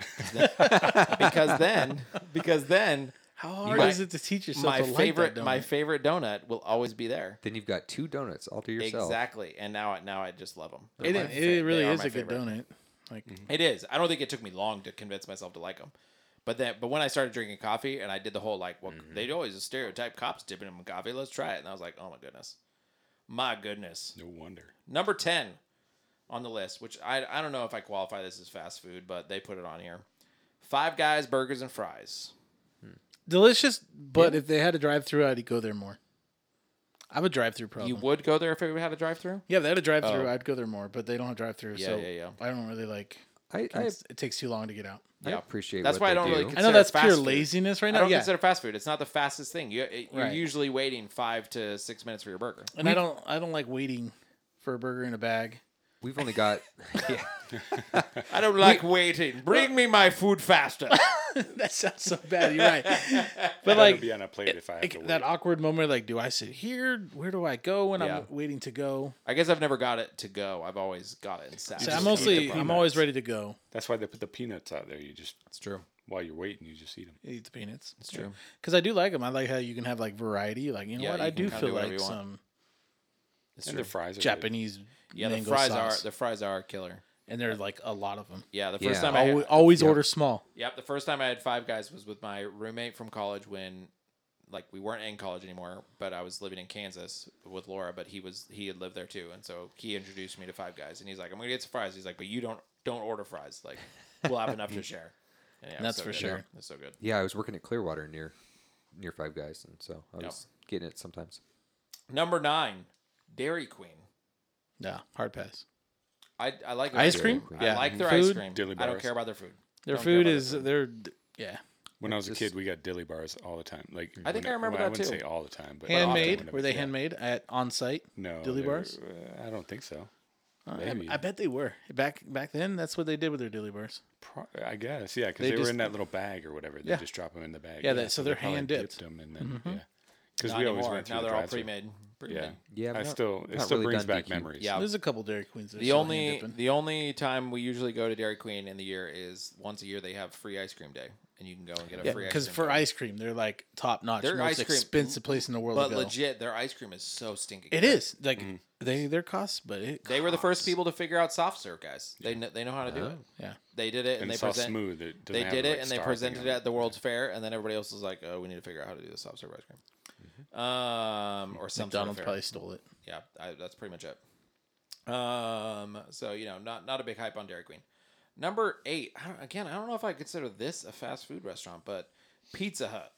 Speaker 1: because then because then
Speaker 3: How hard
Speaker 1: My-
Speaker 3: is it to teach yourself
Speaker 1: my
Speaker 3: to
Speaker 1: favorite
Speaker 3: like that
Speaker 1: my
Speaker 3: donut?
Speaker 1: favorite donut will always be there.
Speaker 2: Then you've got two donuts all to yourself.
Speaker 1: Exactly, and now I- now I just love them.
Speaker 3: It, it really is a good donut. Like
Speaker 1: It is. I don't think it took me long to convince myself to like them. But then, but when I started drinking coffee and I did the whole like, well, they always stereotype cops dipping them in coffee. Let's try it. And I was like, oh my goodness, my goodness.
Speaker 4: No wonder.
Speaker 1: Number ten on the list, which I I don't know if I qualify this as fast food, but they put it on here. Five Guys burgers and fries.
Speaker 3: delicious, but if they had a drive through, I'd go there more. I would drive through problem.
Speaker 1: You would go there if it had a drive-through.
Speaker 3: yeah, if they had a drive through,
Speaker 1: Oh.
Speaker 3: I'd go there more. But they don't have drive through,
Speaker 1: Yeah,
Speaker 3: so
Speaker 1: yeah, yeah.
Speaker 3: I don't really like.
Speaker 2: I, I,
Speaker 3: it's- it takes too long to get out.
Speaker 2: I
Speaker 1: Yeah.
Speaker 2: appreciate
Speaker 1: That's
Speaker 2: what
Speaker 1: why I
Speaker 2: they
Speaker 1: don't really
Speaker 2: do.
Speaker 1: cons-
Speaker 3: I know
Speaker 1: Consider
Speaker 3: that's
Speaker 1: fast
Speaker 3: pure
Speaker 1: food.
Speaker 3: laziness right
Speaker 1: I
Speaker 3: now.
Speaker 1: don't
Speaker 3: Yeah,
Speaker 1: consider fast food. It's not the fastest thing. You it- you're
Speaker 3: Right.
Speaker 1: usually waiting five to six minutes for your burger.
Speaker 3: and I don't. I don't like waiting for a burger in a bag.
Speaker 2: We've only got. yeah.
Speaker 1: I don't like waiting. Bring me my food faster.
Speaker 3: that sounds so bad. You're right. But
Speaker 4: That'll
Speaker 3: like
Speaker 4: be on a plate if I have to
Speaker 3: like, that
Speaker 4: wait.
Speaker 3: awkward moment, like, do I sit here? Where do I go when
Speaker 1: Yeah.
Speaker 3: I'm waiting to go?
Speaker 1: I guess I've never got it to go. I've always got it in sacks.
Speaker 3: So
Speaker 4: just
Speaker 3: I'm
Speaker 4: eat the
Speaker 3: mostly, I'm
Speaker 4: peanuts.
Speaker 3: always ready to go.
Speaker 4: That's why they put the peanuts out there. You just
Speaker 1: It's true.
Speaker 4: while you're waiting, you just eat them.
Speaker 3: Eat the peanuts. It's
Speaker 1: true.
Speaker 3: Because I do like them. I like how you can have like variety. Like you know
Speaker 1: Yeah,
Speaker 3: what?
Speaker 1: you
Speaker 3: I
Speaker 1: can
Speaker 3: do
Speaker 1: kinda do
Speaker 3: feel
Speaker 1: whatever
Speaker 3: like
Speaker 1: you want.
Speaker 3: some
Speaker 1: It's
Speaker 4: and
Speaker 1: true.
Speaker 4: the fries are good.
Speaker 3: Japanese
Speaker 1: yeah, the
Speaker 3: mango
Speaker 1: fries
Speaker 3: sauce,
Speaker 1: are the fries are a killer.
Speaker 3: and there's like a lot of them.
Speaker 1: Yeah, Oh, the first
Speaker 2: Yeah.
Speaker 1: time I
Speaker 3: Always,
Speaker 1: had,
Speaker 3: always
Speaker 2: yeah.
Speaker 3: order small.
Speaker 1: yep, the first time I had Five Guys was with my roommate from college when like we weren't in college anymore, but I was living in Kansas with Laura, but he was he had lived there too, and so he introduced me to Five Guys, and he's like, "I'm gonna get some fries." He's like, "But you don't don't order fries. Like, we'll have enough to share." And yeah, it was
Speaker 3: That's
Speaker 1: so
Speaker 3: for
Speaker 1: good.
Speaker 3: sure.
Speaker 1: It's so good.
Speaker 2: yeah, I was working at Clearwater near near Five Guys, and so I was getting it sometimes.
Speaker 1: Number nine, Dairy Queen.
Speaker 3: Yeah, hard pass.
Speaker 1: I, I like
Speaker 3: Ice
Speaker 1: their-
Speaker 3: cream?
Speaker 1: I
Speaker 3: Yeah.
Speaker 1: like their ice
Speaker 3: Food?
Speaker 1: cream.
Speaker 4: Dilly
Speaker 1: I don't
Speaker 4: bars.
Speaker 1: care about their food.
Speaker 3: Their
Speaker 1: Don't care
Speaker 3: food
Speaker 1: about
Speaker 3: is they're yeah
Speaker 4: When I was a
Speaker 2: Just-
Speaker 4: kid, we got dilly bars all the time. Like
Speaker 1: I think
Speaker 4: when-
Speaker 1: I remember
Speaker 4: well,
Speaker 1: that
Speaker 4: I wouldn't
Speaker 1: too.
Speaker 4: say all the time, but often
Speaker 3: handmade.
Speaker 4: when I
Speaker 3: Were
Speaker 4: was-
Speaker 3: they
Speaker 4: yeah.
Speaker 3: handmade at on site?
Speaker 4: No,
Speaker 3: Dilly
Speaker 4: they
Speaker 3: bars?
Speaker 4: were- uh, I don't think so.
Speaker 3: Uh, I,
Speaker 4: Maybe.
Speaker 3: I bet they were back back then. That's what they did with their dilly bars.
Speaker 4: Pro- I guess, yeah, because
Speaker 3: They
Speaker 4: they, were
Speaker 3: just-
Speaker 4: in that little bag or whatever. They
Speaker 3: Yeah.
Speaker 4: just drop them in the bag.
Speaker 3: Yeah, that- so they're
Speaker 4: probably
Speaker 3: hand dipped.
Speaker 4: them and then yeah,
Speaker 1: Mm-hmm.
Speaker 4: because
Speaker 1: Not
Speaker 4: we always
Speaker 1: anymore.
Speaker 4: went through
Speaker 1: now
Speaker 4: the
Speaker 1: they're all
Speaker 4: drive-thru.
Speaker 1: pre-made. pre-made.
Speaker 4: Yeah,
Speaker 2: Yeah,
Speaker 4: I
Speaker 2: not-
Speaker 4: still it
Speaker 2: not
Speaker 4: still
Speaker 2: really
Speaker 4: brings
Speaker 2: done
Speaker 4: back
Speaker 2: DQ.
Speaker 4: memories.
Speaker 1: Yeah.
Speaker 3: There's a couple Dairy Queens. that are
Speaker 1: Uh, The
Speaker 3: still
Speaker 1: only
Speaker 3: hand-dipping.
Speaker 1: the only time we usually go to Dairy Queen in the year is once a year they have free ice cream day, and you can go and get a
Speaker 3: Yeah,
Speaker 1: free ice cream.
Speaker 3: because for
Speaker 1: day.
Speaker 3: ice cream, they're like top notch,
Speaker 1: Their
Speaker 3: most
Speaker 1: ice cream-
Speaker 3: expensive place in the world.
Speaker 1: but
Speaker 3: to go.
Speaker 1: legit, their ice cream is so stinking.
Speaker 3: it
Speaker 1: good.
Speaker 3: is like they their costs, but it
Speaker 1: They were the first
Speaker 3: costs.
Speaker 1: people to figure out soft serve, guys. They know, they know how to do it.
Speaker 3: Yeah,
Speaker 1: They did it, and,
Speaker 4: and
Speaker 1: they
Speaker 4: it's all
Speaker 1: present.
Speaker 4: smooth. It doesn't
Speaker 1: They
Speaker 4: have
Speaker 1: did
Speaker 4: the,
Speaker 1: it,
Speaker 4: like,
Speaker 1: and they
Speaker 4: star thing
Speaker 1: presented
Speaker 4: on
Speaker 1: it at the World's Fair, and then everybody else was like, "Oh, we need to figure out how to do the soft serve ice cream." Um, or something.
Speaker 3: Mm-hmm. McDonald's probably stole it.
Speaker 1: yeah, I, that's pretty much it. Um, so you know, not not a big hype on Dairy Queen. Number eight, I don't, again, I don't know if I consider this a fast food restaurant, but Pizza Hut.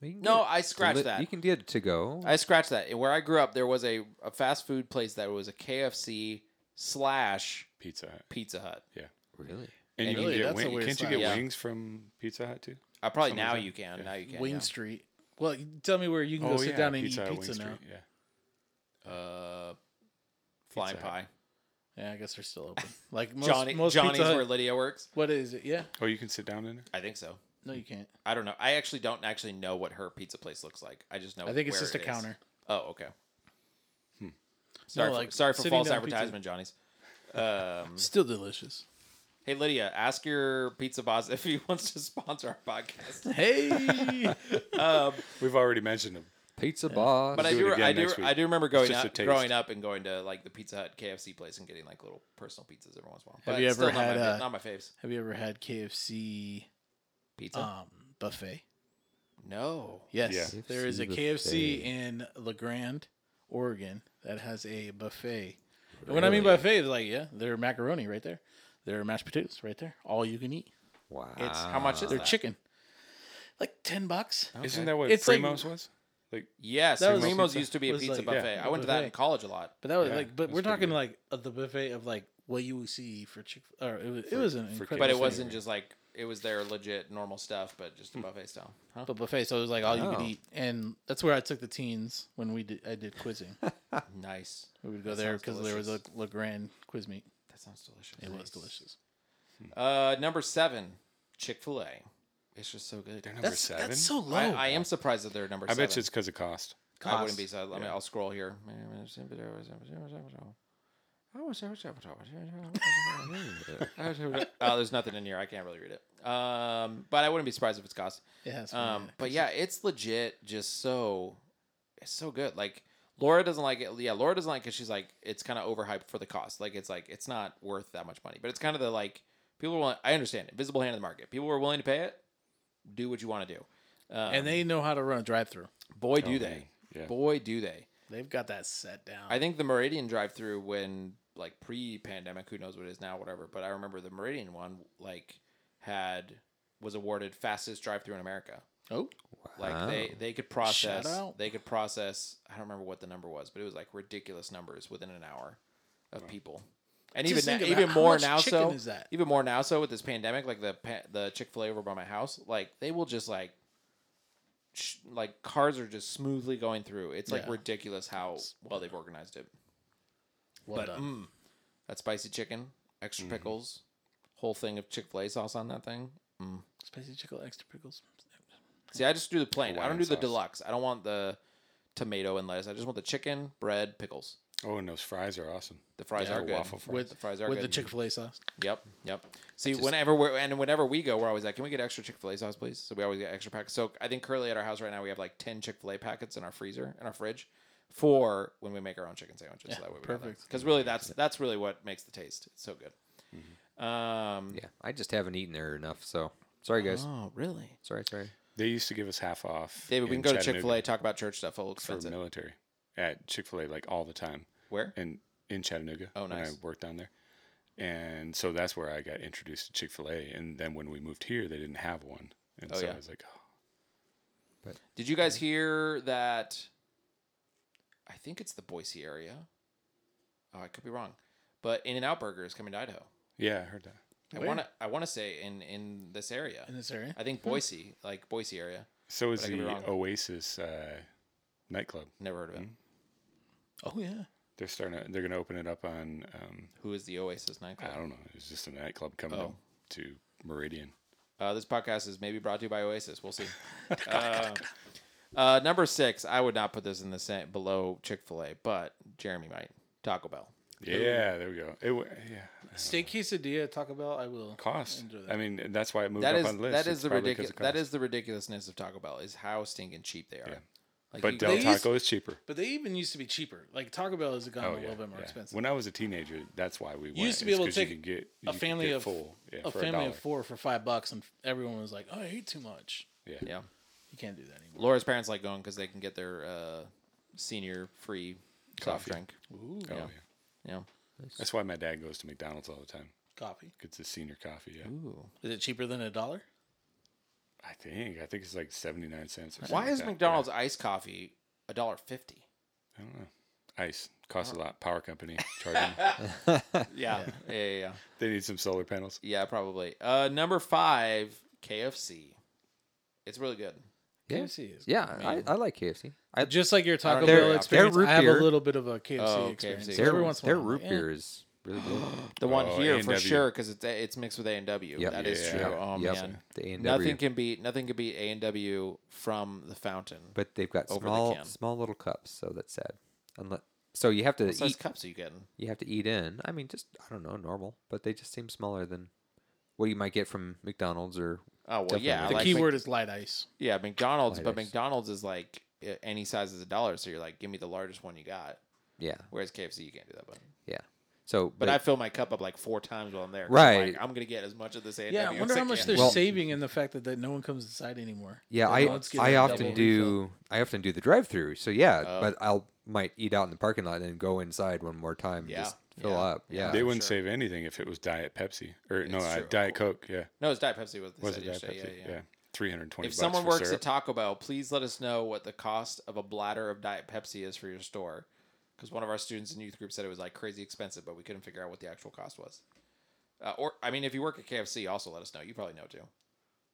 Speaker 2: Well, you can
Speaker 1: No,
Speaker 2: get
Speaker 1: I scratched
Speaker 2: deli-
Speaker 1: that.
Speaker 2: You can get it to go.
Speaker 1: I scratched that. Where I grew up, there was a, a fast food place that was a KFC slash
Speaker 4: Pizza Hut.
Speaker 1: Pizza Hut.
Speaker 4: Yeah,
Speaker 2: really?
Speaker 4: and, you
Speaker 3: Really?
Speaker 4: can get
Speaker 3: That's a
Speaker 4: wings.
Speaker 3: weird
Speaker 4: Can't you
Speaker 3: style.
Speaker 4: get
Speaker 1: Yeah.
Speaker 4: wings from Pizza Hut too?
Speaker 1: I probably
Speaker 4: Something
Speaker 1: now
Speaker 4: like
Speaker 1: you
Speaker 4: that.
Speaker 1: can.
Speaker 4: Yeah.
Speaker 1: Now you can.
Speaker 3: Wing Street. Well, you tell me where you
Speaker 1: Oh,
Speaker 3: can go sit down and eat
Speaker 4: Oh, Hut,
Speaker 3: pizza
Speaker 4: Wing
Speaker 3: now.
Speaker 4: Street, Yeah,
Speaker 1: yeah. Uh, flying
Speaker 4: Pizza Hut.
Speaker 1: pie.
Speaker 3: Yeah, I guess they're still open. Like most,
Speaker 1: Johnny,
Speaker 3: most
Speaker 1: Johnny's
Speaker 3: pizza Hut-
Speaker 1: where Lydia works.
Speaker 3: what is it? Yeah,
Speaker 4: oh, you can sit down in there.
Speaker 1: I think so.
Speaker 3: no, you can't.
Speaker 1: I don't know. I actually don't actually know what her pizza place looks like. I just know.
Speaker 3: I think it's
Speaker 1: where
Speaker 3: just a
Speaker 1: it is.
Speaker 3: counter.
Speaker 1: Oh, okay. Hmm. Sorry,
Speaker 3: No,
Speaker 1: for,
Speaker 3: like,
Speaker 1: sorry for
Speaker 3: sitting
Speaker 1: false
Speaker 3: down pizza-
Speaker 1: advertisement, Johnny's. Um,
Speaker 3: Still delicious.
Speaker 1: hey, Lydia, ask your pizza boss if he wants to sponsor our podcast.
Speaker 3: Hey,
Speaker 1: Um,
Speaker 4: We've already mentioned them.
Speaker 2: Pizza boss.
Speaker 1: but I
Speaker 4: do it
Speaker 1: do,
Speaker 4: again
Speaker 1: I do,
Speaker 4: next week.
Speaker 1: I do remember going
Speaker 4: just a
Speaker 1: up,
Speaker 4: taste.
Speaker 1: growing up and going to like the Pizza Hut, KFC place, and getting like little personal pizzas every once in a while. But
Speaker 3: you ever
Speaker 1: still not
Speaker 3: had,
Speaker 1: my, fa-
Speaker 3: uh,
Speaker 1: not my faves
Speaker 3: have you ever had KFC
Speaker 1: pizza?
Speaker 3: um, buffet?
Speaker 1: no,
Speaker 3: Yes,
Speaker 4: Yeah.
Speaker 3: there is a
Speaker 2: KFC
Speaker 3: KFC
Speaker 2: buffet.
Speaker 3: in La Grande, Oregon that has a buffet. And When I mean buffet, it's like yeah, their macaroni right there, their mashed potatoes right there, all you can eat.
Speaker 2: wow.
Speaker 1: it's how much is
Speaker 3: Their
Speaker 1: that?
Speaker 3: chicken, like ten bucks.
Speaker 4: Isn't that what
Speaker 3: It's like-
Speaker 4: Primos was? Like
Speaker 1: Yes,
Speaker 3: That was-
Speaker 1: Primo's used to be a
Speaker 3: was
Speaker 1: pizza
Speaker 3: like-
Speaker 1: buffet.
Speaker 3: yeah,
Speaker 1: I went to that in
Speaker 3: buffet.
Speaker 1: college a lot.
Speaker 3: But that was
Speaker 4: Yeah,
Speaker 3: like, but
Speaker 4: that's
Speaker 3: we're
Speaker 4: pretty
Speaker 3: talking
Speaker 4: good.
Speaker 3: like of the buffet of like what you would see for Chick. Or it was, it was an incredible,
Speaker 1: But it
Speaker 4: KFC.
Speaker 1: wasn't just like it was their legit normal stuff, but just a
Speaker 4: Hmm.
Speaker 1: buffet style. Huh?
Speaker 3: but buffet. So it was like all you could
Speaker 2: Oh.
Speaker 3: eat, and that's where I took the teens when we did. I did quizzing.
Speaker 1: Nice.
Speaker 3: we would go
Speaker 1: That
Speaker 3: there
Speaker 1: sounds
Speaker 3: because there was a
Speaker 1: delicious.
Speaker 3: Le Grand quiz meet.
Speaker 1: That sounds delicious.
Speaker 3: It was delicious.
Speaker 1: Uh, number seven, Chick Fil A. It's just so good.
Speaker 4: They're number
Speaker 3: That's
Speaker 4: seven.
Speaker 3: that's so low.
Speaker 1: I, I am surprised that they're number
Speaker 4: I
Speaker 1: seven.
Speaker 4: bet you it's because of cost.
Speaker 1: I wouldn't be sad. I mean,
Speaker 4: Yeah.
Speaker 1: I'll scroll here. Oh, there's nothing in here. I can't really read it. Um, but I wouldn't be surprised if it's cost.
Speaker 3: It has to be
Speaker 1: Um,
Speaker 3: that.
Speaker 1: but yeah, it's legit. Just so, it's so good. Like Laura doesn't like it. Yeah, Laura doesn't like it 'cause she's like it's kind of overhyped for the cost. Like it's like it's not worth that much money. But it's kind of the like people. Were, I understand it. Visible hand in the market. People were willing to pay it. Do what you want to do. Um,
Speaker 3: and they know how to run a drive-through.
Speaker 1: boy do
Speaker 4: Oh,
Speaker 1: they.
Speaker 4: man. Yeah.
Speaker 1: Boy do they.
Speaker 3: They've got that set down.
Speaker 1: I think the Meridian drive through when like pre pandemic, who knows what it is now, whatever. But I remember the Meridian one like had was awarded fastest drive through in America.
Speaker 3: oh,
Speaker 1: Like
Speaker 2: Wow.
Speaker 1: they they could
Speaker 3: Shout
Speaker 1: process
Speaker 3: out.
Speaker 1: they could process I don't remember what the number was, but it was like ridiculous numbers within an hour of people. And even
Speaker 3: Just think
Speaker 1: now,
Speaker 3: about
Speaker 1: even
Speaker 3: how
Speaker 1: more
Speaker 3: much
Speaker 1: now
Speaker 3: chicken
Speaker 1: so
Speaker 3: is that?
Speaker 1: even more now so with this pandemic like the pa- the Chick-fil-A over by my house, like they will just like sh- like cars are just smoothly going through. It's like
Speaker 3: Yeah.
Speaker 1: ridiculous how well they've organized it.
Speaker 3: well
Speaker 1: but
Speaker 3: done.
Speaker 1: mm, that spicy chicken, extra pickles, whole thing of Chick Fil A sauce on that thing. Mm.
Speaker 3: Spicy chicken, extra pickles.
Speaker 1: See, I just do the plain. I don't
Speaker 4: Hawaiian
Speaker 1: do the
Speaker 4: sauce.
Speaker 1: deluxe. I don't want the tomato and lettuce. I just want the chicken, bread, pickles.
Speaker 4: Oh, and those fries are awesome.
Speaker 1: The fries
Speaker 4: Yeah,
Speaker 1: are
Speaker 4: or
Speaker 1: good.
Speaker 4: waffle fries.
Speaker 1: With, the fries are
Speaker 3: With the
Speaker 1: good.
Speaker 3: Chick Fil A sauce.
Speaker 1: Yep, yep. See, whenever we're and whenever we go, we're always like, "Can we get extra Chick Fil A sauce, please?" So we always get extra packets. So I think currently at our house right now we have like ten Chick Fil A packets in our freezer in our fridge for when we make our own chicken sandwiches. so that way we
Speaker 3: perfect.
Speaker 1: Because really, that's that's really what makes the taste. It's so good.
Speaker 4: Mm-hmm.
Speaker 1: Um,
Speaker 2: Yeah, I just haven't eaten there enough. So sorry, guys.
Speaker 1: Oh, really?
Speaker 2: Sorry, sorry.
Speaker 4: They used to give us half off.
Speaker 1: David, we
Speaker 4: in
Speaker 1: can go to Chick
Speaker 4: Chattanooga
Speaker 1: fil A, talk about church stuff. I'll
Speaker 4: for
Speaker 1: expense it.
Speaker 4: military at Chick Fil A like all the time,
Speaker 1: Where?
Speaker 4: and in Chattanooga.
Speaker 1: Oh,
Speaker 4: when
Speaker 1: nice.
Speaker 4: I worked down there, and so that's where I got introduced to Chick Fil A. And then when we moved here, they didn't have one, and
Speaker 1: Oh,
Speaker 4: so
Speaker 1: yeah.
Speaker 4: I was like, oh,
Speaker 1: Did you guys hear that? I think it's the Boise area. Oh, I could be wrong. But In and Out Burger is coming to Idaho.
Speaker 4: Oh, yeah, I heard that.
Speaker 1: I
Speaker 3: Where?
Speaker 1: want to. I want to say in in this area.
Speaker 3: in this area.
Speaker 1: I
Speaker 4: Hmm.
Speaker 1: think Boise, like Boise area.
Speaker 4: So is
Speaker 1: I could be
Speaker 4: the
Speaker 1: wrong.
Speaker 4: Oasis uh, nightclub.
Speaker 1: Never heard of it.
Speaker 4: Hmm.
Speaker 3: Oh yeah,
Speaker 4: They're starting. To, they're going to open it up on. Um,
Speaker 1: Who is the Oasis
Speaker 4: I
Speaker 1: nightclub?
Speaker 4: don't know. It's just a nightclub coming
Speaker 1: Oh.
Speaker 4: up to Meridian.
Speaker 1: Uh, this podcast is maybe brought to you by Oasis. We'll see. uh, uh, number six. I would not put this in the same below Chick Fil A, but Jeremy might. Taco Bell.
Speaker 4: Yeah, there we go. It, wa- yeah,
Speaker 3: steak quesadilla, Taco Bell. I will
Speaker 4: cost.
Speaker 3: Enjoy that.
Speaker 4: I mean, that's why it moved
Speaker 1: That
Speaker 4: up
Speaker 1: is
Speaker 4: on the list.
Speaker 1: that
Speaker 4: It's
Speaker 1: is the
Speaker 4: probably 'cause
Speaker 1: ridiculous
Speaker 4: of
Speaker 1: that
Speaker 4: cost.
Speaker 1: is the ridiculousness of Taco Bell is how stinking cheap they are.
Speaker 4: Yeah.
Speaker 1: Like
Speaker 4: But
Speaker 1: you-
Speaker 4: Del
Speaker 3: They used-
Speaker 4: Taco is cheaper.
Speaker 3: But they even used to be cheaper. Like Taco Bell has
Speaker 1: Oh,
Speaker 3: gone a little bit more
Speaker 4: Oh, yeah.
Speaker 3: expensive.
Speaker 4: When I was a teenager, that's why we went,
Speaker 3: used to be
Speaker 4: is
Speaker 3: able to
Speaker 4: 'cause you
Speaker 3: take
Speaker 4: could get you
Speaker 3: a
Speaker 4: could
Speaker 3: family
Speaker 4: get
Speaker 3: of
Speaker 4: full, yeah,
Speaker 3: a
Speaker 4: for
Speaker 3: family
Speaker 4: dollar.
Speaker 3: of four for five bucks, and everyone was like, "Oh, I ate too much."
Speaker 4: Yeah.
Speaker 1: yeah.
Speaker 3: You can't do that anymore.
Speaker 1: Laura's parents like going because they can get their uh, senior free soft
Speaker 4: Coffee.
Speaker 1: drink.
Speaker 3: Ooh,
Speaker 4: Oh,
Speaker 1: Yeah.
Speaker 4: yeah.
Speaker 1: Yeah.
Speaker 4: That's why my dad goes to McDonald's all the time.
Speaker 3: coffee.
Speaker 4: Gets his senior coffee. Yeah,
Speaker 1: Ooh.
Speaker 3: Is it cheaper than a dollar?
Speaker 4: I think I think it's like seventy nine cents. Or something
Speaker 1: Why
Speaker 4: like
Speaker 1: is
Speaker 4: that.
Speaker 1: McDonald's iced coffee a dollar fifty?
Speaker 4: Yeah. I don't know. Ice
Speaker 1: Oh.
Speaker 4: costs a lot. Power company charging.
Speaker 1: Yeah. yeah. Yeah. Yeah.
Speaker 4: they need some solar panels.
Speaker 1: Yeah. Probably. Uh, number five, KFC. It's really good.
Speaker 2: Yeah.
Speaker 3: KFC is
Speaker 2: Yeah, I, I like KFC. I,
Speaker 3: Just like your
Speaker 1: don't know.
Speaker 3: Taco
Speaker 1: Their-
Speaker 3: Bell
Speaker 1: their
Speaker 3: experience,
Speaker 2: root
Speaker 3: I have a
Speaker 2: beer-
Speaker 3: little bit of a KFC
Speaker 1: Oh,
Speaker 3: experience.
Speaker 1: KFC.
Speaker 3: So every
Speaker 2: their
Speaker 3: once in a
Speaker 2: their
Speaker 3: while,
Speaker 2: root
Speaker 3: yeah.
Speaker 2: beer is really good.
Speaker 1: The one
Speaker 4: Oh,
Speaker 1: here for
Speaker 4: A&W.
Speaker 1: sure because it's it's mixed with A and W.
Speaker 2: Yep.
Speaker 1: That is
Speaker 4: Yeah.
Speaker 1: true. Oh
Speaker 2: Yep.
Speaker 1: man.
Speaker 2: The A&W.
Speaker 1: Nothing can beat nothing can beat A and W from the fountain.
Speaker 2: but they've got
Speaker 1: over the
Speaker 2: small
Speaker 1: can.
Speaker 2: small little cups, so that's sad. Unless, so you have to
Speaker 1: What size
Speaker 2: eat
Speaker 1: cups are you getting?
Speaker 2: you have to eat in. I mean, just I don't know, normal, but they just seem smaller than what you might get from McDonald's or
Speaker 1: Oh well,
Speaker 2: Definitely.
Speaker 1: yeah.
Speaker 2: The
Speaker 3: The
Speaker 1: like
Speaker 3: key
Speaker 1: Mc-
Speaker 3: word is light ice.
Speaker 1: Yeah, McDonald's, but
Speaker 2: Lighters.
Speaker 1: McDonald's is like uh, any size is a dollar, so you're like, give me the largest one you got.
Speaker 2: yeah,
Speaker 1: Whereas KFC, you can't do that. But
Speaker 2: yeah. So,
Speaker 1: but I fill my cup up like four times while I'm there. 'cause I'm like,
Speaker 2: Right.
Speaker 1: I'm gonna get as much of this. A&W
Speaker 3: Yeah, I wonder
Speaker 1: as
Speaker 3: how much
Speaker 1: can.
Speaker 3: they're
Speaker 2: Well-
Speaker 3: saving in the fact that, that no one comes inside anymore.
Speaker 2: yeah,
Speaker 3: Like,
Speaker 2: I
Speaker 3: let's get
Speaker 2: I
Speaker 3: a
Speaker 2: often
Speaker 3: double
Speaker 2: do I often do the drive-through. So yeah,
Speaker 1: Oh.
Speaker 2: but I'll might eat out in the parking lot and then go inside one more time. and
Speaker 1: Yeah,
Speaker 2: just fill
Speaker 1: yeah,
Speaker 2: up.
Speaker 1: yeah.
Speaker 2: Yeah,
Speaker 4: they
Speaker 1: for
Speaker 4: wouldn't
Speaker 1: sure.
Speaker 4: save anything if it was Diet Pepsi or no
Speaker 1: It's
Speaker 4: uh,
Speaker 1: true.
Speaker 4: Diet Coke. Yeah,
Speaker 1: No, it's Diet Pepsi. What they
Speaker 4: was
Speaker 1: said
Speaker 4: it Diet
Speaker 1: yesterday.
Speaker 4: Pepsi?
Speaker 1: Yeah,
Speaker 4: Yeah,
Speaker 1: yeah.
Speaker 4: three hundred twenty.
Speaker 1: If someone
Speaker 4: for
Speaker 1: works
Speaker 4: syrup.
Speaker 1: at Taco Bell, please let us know what the cost of a bladder of Diet Pepsi is for your store. Because one of our students in youth group said it was like crazy expensive, but we couldn't figure out what the actual cost was. Uh, or I mean, if you work at KFC, also let us know. You probably know too.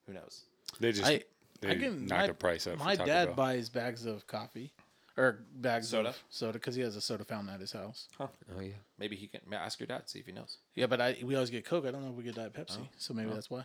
Speaker 1: Who knows?
Speaker 4: They just
Speaker 3: I,
Speaker 4: they
Speaker 3: I can
Speaker 4: knock
Speaker 3: my,
Speaker 4: the price up.
Speaker 3: My
Speaker 4: for Taco
Speaker 3: dad
Speaker 4: Bell.
Speaker 3: buys bags of coffee or bags
Speaker 1: Soda?
Speaker 3: of soda because he has a soda fountain at his house.
Speaker 2: Oh yeah.
Speaker 1: Maybe he can ma- ask your dad see if he knows.
Speaker 3: Yeah, but I we always get Coke. I don't know if we get Diet Pepsi,
Speaker 1: Oh.
Speaker 3: so maybe that's why.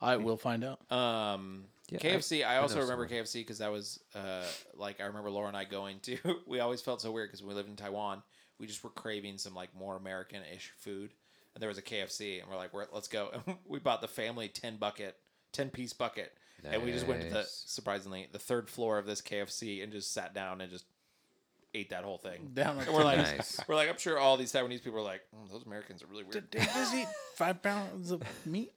Speaker 3: I will find out.
Speaker 1: Um,
Speaker 2: Yeah, I-
Speaker 1: KFC. I, also
Speaker 2: know
Speaker 1: remember KFC because that was uh, like I remember Laura and I going to. We always felt so weird because we lived in Taiwan. We just were craving some like more American-ish food, and there was a KFC, and we're like, we're, "Let's go!" we bought the family ten bucket, ten piece bucket, and we just went to the
Speaker 2: Nice.
Speaker 1: surprisingly the third floor of this KFC and just sat down and just ate that whole thing.
Speaker 3: Down
Speaker 1: And we're like,
Speaker 2: Nice.
Speaker 1: we're like, I'm sure all these Taiwanese people are like, "Mm, those Americans are really weird.
Speaker 3: Did just eat five pounds of meat?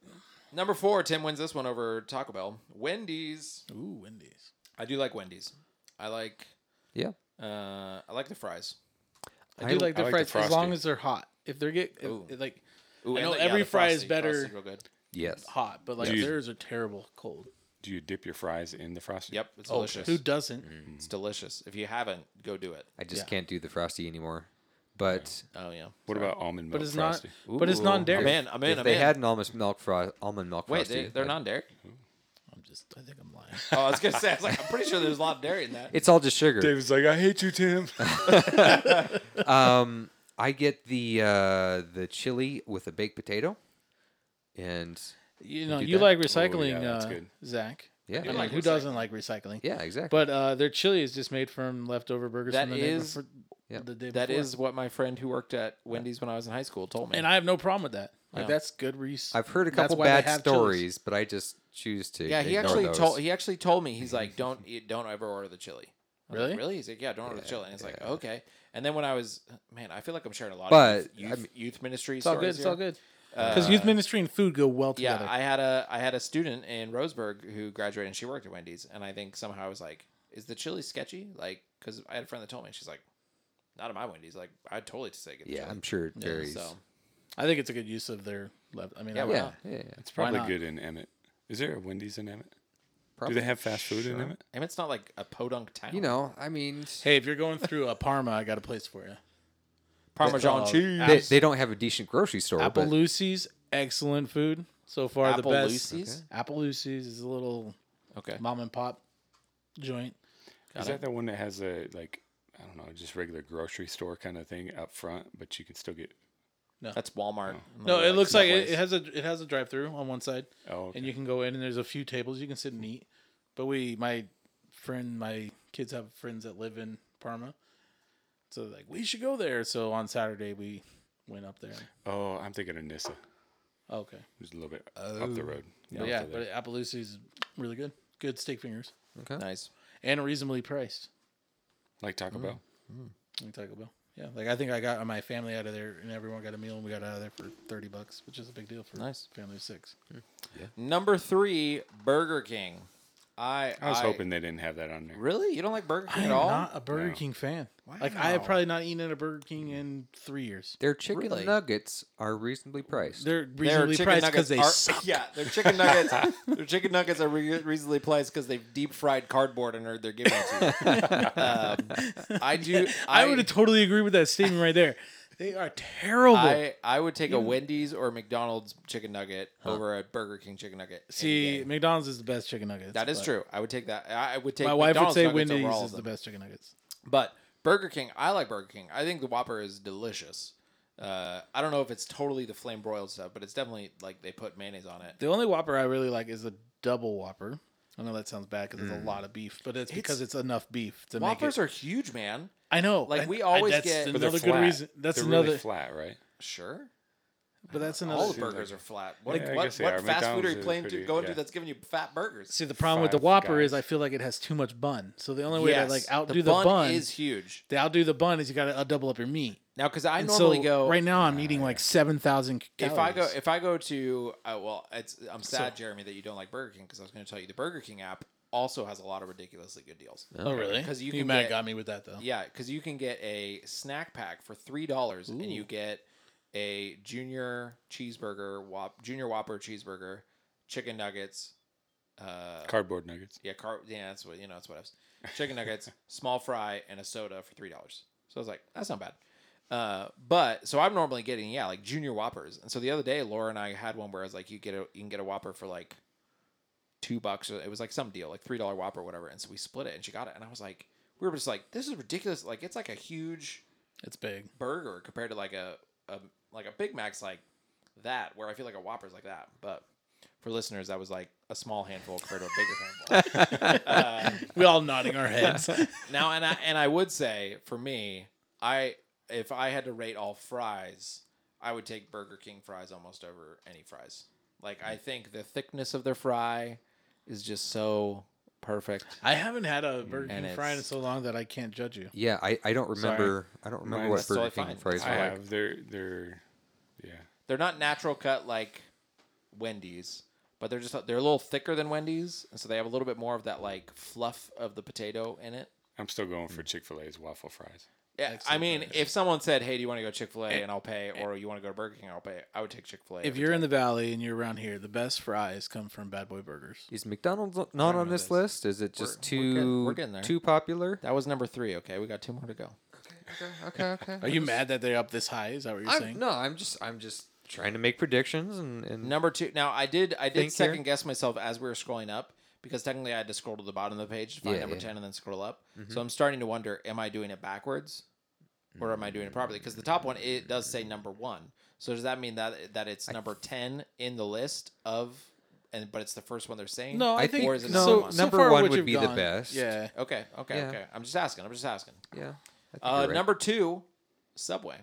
Speaker 1: Number four, Tim wins this one over Taco Bell. Wendy's.
Speaker 3: Ooh, Wendy's.
Speaker 1: I do like Wendy's. I like
Speaker 2: Yeah.
Speaker 1: uh I like the fries.
Speaker 3: I do like
Speaker 4: I
Speaker 3: their
Speaker 4: like the
Speaker 3: fries as long
Speaker 4: Frosty.
Speaker 3: as they're hot. If they're get if-
Speaker 1: Ooh.
Speaker 3: like
Speaker 1: Ooh,
Speaker 3: I
Speaker 1: and
Speaker 3: know
Speaker 1: the- yeah,
Speaker 3: every
Speaker 1: the
Speaker 3: fry is
Speaker 1: Frosty.
Speaker 3: better
Speaker 1: Frosty's real good.
Speaker 2: Yes.
Speaker 3: hot, but like
Speaker 4: Dude.
Speaker 3: theirs are terrible cold.
Speaker 4: Do you dip your fries in the frosting?
Speaker 1: Yep, it's
Speaker 3: Oh,
Speaker 1: delicious.
Speaker 3: who doesn't?
Speaker 2: Mm.
Speaker 1: It's delicious. If you haven't, go do it.
Speaker 2: I just
Speaker 3: Yeah.
Speaker 2: can't do the frosty anymore. But
Speaker 1: Oh yeah.
Speaker 4: What about almond milk
Speaker 3: But it's
Speaker 4: frosty?
Speaker 3: not. But it's non-dairy.
Speaker 1: I'm in. I'm in.
Speaker 2: if
Speaker 1: I'm
Speaker 2: they
Speaker 1: in.
Speaker 2: had an almond milk fro- almond milk
Speaker 1: Wait,
Speaker 2: frosty,
Speaker 1: they, they're
Speaker 2: I'd-
Speaker 1: non dairy?
Speaker 3: I'm just. I think I'm lying.
Speaker 1: Oh, I was gonna say. I was like, I'm pretty sure there's a lot of dairy in that.
Speaker 2: It's all just sugar.
Speaker 4: David's like, I hate you, Tim.
Speaker 2: Um, I get the uh, the chili with a baked potato, and
Speaker 3: You know,
Speaker 2: do
Speaker 3: you
Speaker 2: that?
Speaker 3: like recycling,
Speaker 4: yeah, that's
Speaker 3: uh,
Speaker 4: good.
Speaker 3: Zach.
Speaker 2: yeah,
Speaker 3: I mean,
Speaker 1: like
Speaker 3: who
Speaker 1: recycling.
Speaker 3: doesn't like recycling?
Speaker 2: yeah, exactly.
Speaker 3: But uh, their chili is just made from leftover burgers.
Speaker 1: That
Speaker 3: from the day
Speaker 1: is-
Speaker 3: before-
Speaker 2: Yeah.
Speaker 3: the day
Speaker 1: That
Speaker 3: before.
Speaker 1: is what my friend who worked at Wendy's when I was in high school told me.
Speaker 3: and I have no problem with that. Like
Speaker 1: Yeah.
Speaker 3: that's good. Reese.
Speaker 2: I've heard a
Speaker 3: that's
Speaker 2: couple
Speaker 3: why they
Speaker 2: bad
Speaker 3: have chilies.
Speaker 2: stories, but I just choose to.
Speaker 1: yeah, he
Speaker 2: ignore
Speaker 1: actually
Speaker 2: those.
Speaker 1: told he actually told me he's like, don't eat, don't ever order the chili. I was like,
Speaker 3: Really?
Speaker 1: really? He's like, yeah, don't order the chili. And it's like, okay. And then when I was, man, I feel like I'm sharing a lot
Speaker 2: But,
Speaker 1: of youth,
Speaker 2: I
Speaker 1: youth, youth ministry
Speaker 3: It's all
Speaker 1: stories
Speaker 3: good. It's
Speaker 1: here.
Speaker 3: all good. Because youth ministry and food go well
Speaker 1: Yeah,
Speaker 3: together.
Speaker 1: I had a I had a student in Roseburg who graduated and she worked at Wendy's, and I think somehow I was like, "Is the chili sketchy?" Like, because I had a friend that told me, and she's like, "Not at my Wendy's." Like, I'd totally just say get the
Speaker 2: Yeah,
Speaker 1: chili.
Speaker 2: I'm sure it varies.
Speaker 1: so
Speaker 3: I, think it's a good use of their. Left. I mean,
Speaker 1: Yeah,
Speaker 3: I-
Speaker 1: why
Speaker 2: yeah,
Speaker 1: not?
Speaker 2: yeah, yeah.
Speaker 4: It's probably
Speaker 3: not?
Speaker 4: good in Emmett. Is there a Wendy's in Emmett?
Speaker 2: Probably.
Speaker 4: Do they have fast food in Emmett?
Speaker 1: and it's not like a podunk town.
Speaker 2: You know, I mean,
Speaker 3: hey, if you're going through a Parma, I got a place for you.
Speaker 1: Parmesan
Speaker 3: Oh,
Speaker 1: cheese.
Speaker 2: they, they don't have a decent grocery store. but
Speaker 3: Appaloosee's excellent food so far. The best.
Speaker 1: Appaloosee's?
Speaker 3: Appaloosee's is a little
Speaker 1: Okay,
Speaker 3: mom and pop joint.
Speaker 4: Is that the one that has a like I don't know, just regular grocery store kind of thing up front, but you can still get
Speaker 1: that's Walmart.
Speaker 3: No, it looks like it,
Speaker 1: Subway's.
Speaker 3: it has a it has a drive through on one side,
Speaker 4: oh okay.
Speaker 3: and you can go in and there's a few tables you can sit and eat. But we, my friend, my kids have friends that live in Parma, so like we should go there. So on Saturday we went up there. Oh,
Speaker 4: oh I'm thinking of Nissa.
Speaker 3: Okay,
Speaker 4: Just a little bit up the road.
Speaker 3: but
Speaker 4: North
Speaker 3: yeah,
Speaker 4: of there.
Speaker 3: but Appaloosee's really good, good steak fingers,
Speaker 1: nice.
Speaker 3: and reasonably priced.
Speaker 4: like Taco Bell.
Speaker 3: Like Taco Bell. Yeah, like I think I got my family out of there, and everyone got a meal, and we got out of there for thirty bucks, which is a big deal for
Speaker 1: Nice.
Speaker 3: family of six.
Speaker 1: Number three, Burger King. I
Speaker 4: I was hoping they didn't have that on there.
Speaker 1: Really, you don't like Burger King
Speaker 3: I'm
Speaker 1: at all?
Speaker 3: not a Burger King fan. Like I have probably not eaten at a Burger King in three years.
Speaker 2: their chicken
Speaker 1: Really?
Speaker 2: nuggets are reasonably priced.
Speaker 3: They're
Speaker 1: Their
Speaker 3: reasonably
Speaker 1: chicken
Speaker 3: priced
Speaker 1: nuggets
Speaker 3: because they
Speaker 1: are,
Speaker 3: suck.
Speaker 1: Yeah, their chicken nuggets. their chicken nuggets are re- reasonably priced because they've deep fried cardboard and are they're giving it to you. um, I do.
Speaker 3: I, would have totally agree with that statement right there. They are terrible.
Speaker 1: I, I would take a Wendy's or McDonald's chicken nugget over a Burger King chicken nugget. any
Speaker 3: See,
Speaker 1: day.
Speaker 3: McDonald's is the best chicken nuggets.
Speaker 1: that is
Speaker 3: but
Speaker 1: true. I would take that. I I would take.
Speaker 3: My wife would
Speaker 1: McDonald's
Speaker 3: say
Speaker 1: nuggets over
Speaker 3: Wendy's
Speaker 1: all
Speaker 3: is
Speaker 1: of
Speaker 3: the
Speaker 1: them.
Speaker 3: best chicken nuggets.
Speaker 1: But Burger King, I like Burger King. I think the Whopper is delicious. Uh, I don't know if it's totally the flame broiled stuff, but it's definitely like they put mayonnaise on it.
Speaker 3: The only Whopper I really like is the double Whopper. I know that sounds bad because
Speaker 4: Mm.
Speaker 3: it's a lot of beef, but it's, because it's enough beef to make it.
Speaker 1: Whoppers are huge, man.
Speaker 3: I know.
Speaker 1: Like,
Speaker 3: I-
Speaker 1: we
Speaker 3: I-
Speaker 1: always
Speaker 3: that's
Speaker 1: get- But
Speaker 4: But they're
Speaker 3: another good
Speaker 4: flat.
Speaker 3: reason. That's
Speaker 4: They're
Speaker 3: another.
Speaker 4: really flat, right?
Speaker 1: Sure.
Speaker 3: But that's
Speaker 1: All
Speaker 3: another.
Speaker 1: the burgers are flat. What,
Speaker 4: Yeah, I
Speaker 1: what,
Speaker 4: guess they
Speaker 1: what
Speaker 4: are.
Speaker 1: fast food
Speaker 4: McDonald's
Speaker 1: are you
Speaker 4: is
Speaker 1: playing to,
Speaker 4: pretty-
Speaker 1: going to
Speaker 4: yeah.
Speaker 1: that's giving you fat burgers?
Speaker 3: See, the problem with the
Speaker 4: Five
Speaker 3: Whopper is
Speaker 4: guys.
Speaker 3: I feel like it has too much bun. So the only way
Speaker 1: Yes,
Speaker 3: to like outdo
Speaker 1: the
Speaker 3: the,
Speaker 1: bun,
Speaker 3: bun,
Speaker 1: is huge.
Speaker 3: to outdo the bun is you got to double up your meat.
Speaker 1: Now, because I
Speaker 3: And
Speaker 1: normally
Speaker 3: so
Speaker 1: go
Speaker 3: right now I'm eating like seven thousand calories.
Speaker 1: If I go, if I go to, uh, well, it's I'm sad, Jeremy, that you don't like Burger King because I was going to tell you the Burger King app also has a lot of ridiculously good deals.
Speaker 3: oh really?
Speaker 1: 'Cause you
Speaker 3: you
Speaker 1: can
Speaker 3: might
Speaker 1: get-
Speaker 3: have got me with that though.
Speaker 1: Yeah, because you can get a snack pack for three dollars, and you get a junior cheeseburger, whop, junior Whopper cheeseburger, chicken nuggets, uh,
Speaker 4: Cardboard nuggets.
Speaker 1: Yeah, car. Yeah, that's what you know. That's what I was. Chicken nuggets, small fry, and a soda for three dollars. So I was like, that's not bad. Uh, but so I'm normally getting yeah like junior whoppers, and so the other day Laura and I had one where I was like, you get a you can get a whopper for like two bucks. Or it was like some deal, like three dollar whopper or whatever. And so we split it, and she got it, and I was like, we were just like, this is ridiculous. Like it's like a huge
Speaker 3: It's big.
Speaker 1: burger compared to like a, a like a Big Mac's like that, where I feel like a Whopper's like that. But for listeners, that was like a small handful compared to a bigger handful. Uh,
Speaker 3: We all nodding our heads.
Speaker 1: Now, and I and I would say for me, I if I had to rate all fries, I would take Burger King fries almost over any fries. Like I think the thickness of their fry is just so perfect.
Speaker 3: I haven't had a Burger
Speaker 1: And
Speaker 3: King fry in
Speaker 1: it's-
Speaker 3: so long that I can't judge you.
Speaker 2: Yeah, I, I don't remember. I don't remember
Speaker 4: Mine's
Speaker 2: what Burger
Speaker 1: totally fine.
Speaker 2: King fries
Speaker 4: I
Speaker 2: were like.
Speaker 4: have. They're they're yeah.
Speaker 1: They're not natural cut like Wendy's, but they're just they're a little thicker than Wendy's, and so they have a little bit more of that like fluff of the potato in it.
Speaker 4: I'm still going
Speaker 3: Mm.
Speaker 4: for Chick Fil A's waffle fries.
Speaker 1: Yeah, I mean, if someone said, "Hey, do you want to go Chick Fil A and I'll pay," or "You want to go to Burger King, I'll pay," I would take Chick Fil A.
Speaker 3: If you're in the valley and you're around here, the best fries come from Bad Boy Burgers.
Speaker 2: Is McDonald's not on this list? Is it
Speaker 1: We're- we're
Speaker 2: just too
Speaker 1: getting- we're getting there.
Speaker 2: too popular?
Speaker 1: that was number three. Okay, we got two more to go.
Speaker 2: Okay, okay.
Speaker 3: Are you mad that they're up this high? Is that what you're
Speaker 2: I'm,
Speaker 3: saying?
Speaker 2: no, I'm just I'm just trying to make predictions and, and
Speaker 1: Number two. Now, I did I did
Speaker 2: Think here.
Speaker 1: second guess myself as we were scrolling up because technically I had to scroll to the bottom of the page to find
Speaker 2: Yeah,
Speaker 1: number
Speaker 2: yeah. Mm-hmm.
Speaker 1: ten and then scroll up. So I'm starting to wonder: Am I doing it backwards, or am I doing it properly? Because the top one it does say number one. So does that mean that that it's number ten in the list of, and but it's the first one they're saying?
Speaker 3: No,
Speaker 2: I
Speaker 3: I, think
Speaker 2: think-
Speaker 1: or is it
Speaker 2: no,
Speaker 1: number
Speaker 3: so,
Speaker 1: one?
Speaker 3: so
Speaker 2: number
Speaker 3: far
Speaker 2: one
Speaker 3: what
Speaker 2: would
Speaker 3: you've
Speaker 2: be the
Speaker 3: gone-
Speaker 2: best.
Speaker 3: Yeah,
Speaker 1: Okay, okay,
Speaker 2: Yeah.
Speaker 1: okay. I'm just asking. I'm just asking.
Speaker 2: yeah. I think
Speaker 1: Uh,
Speaker 2: you're right.
Speaker 1: Number two, Subway.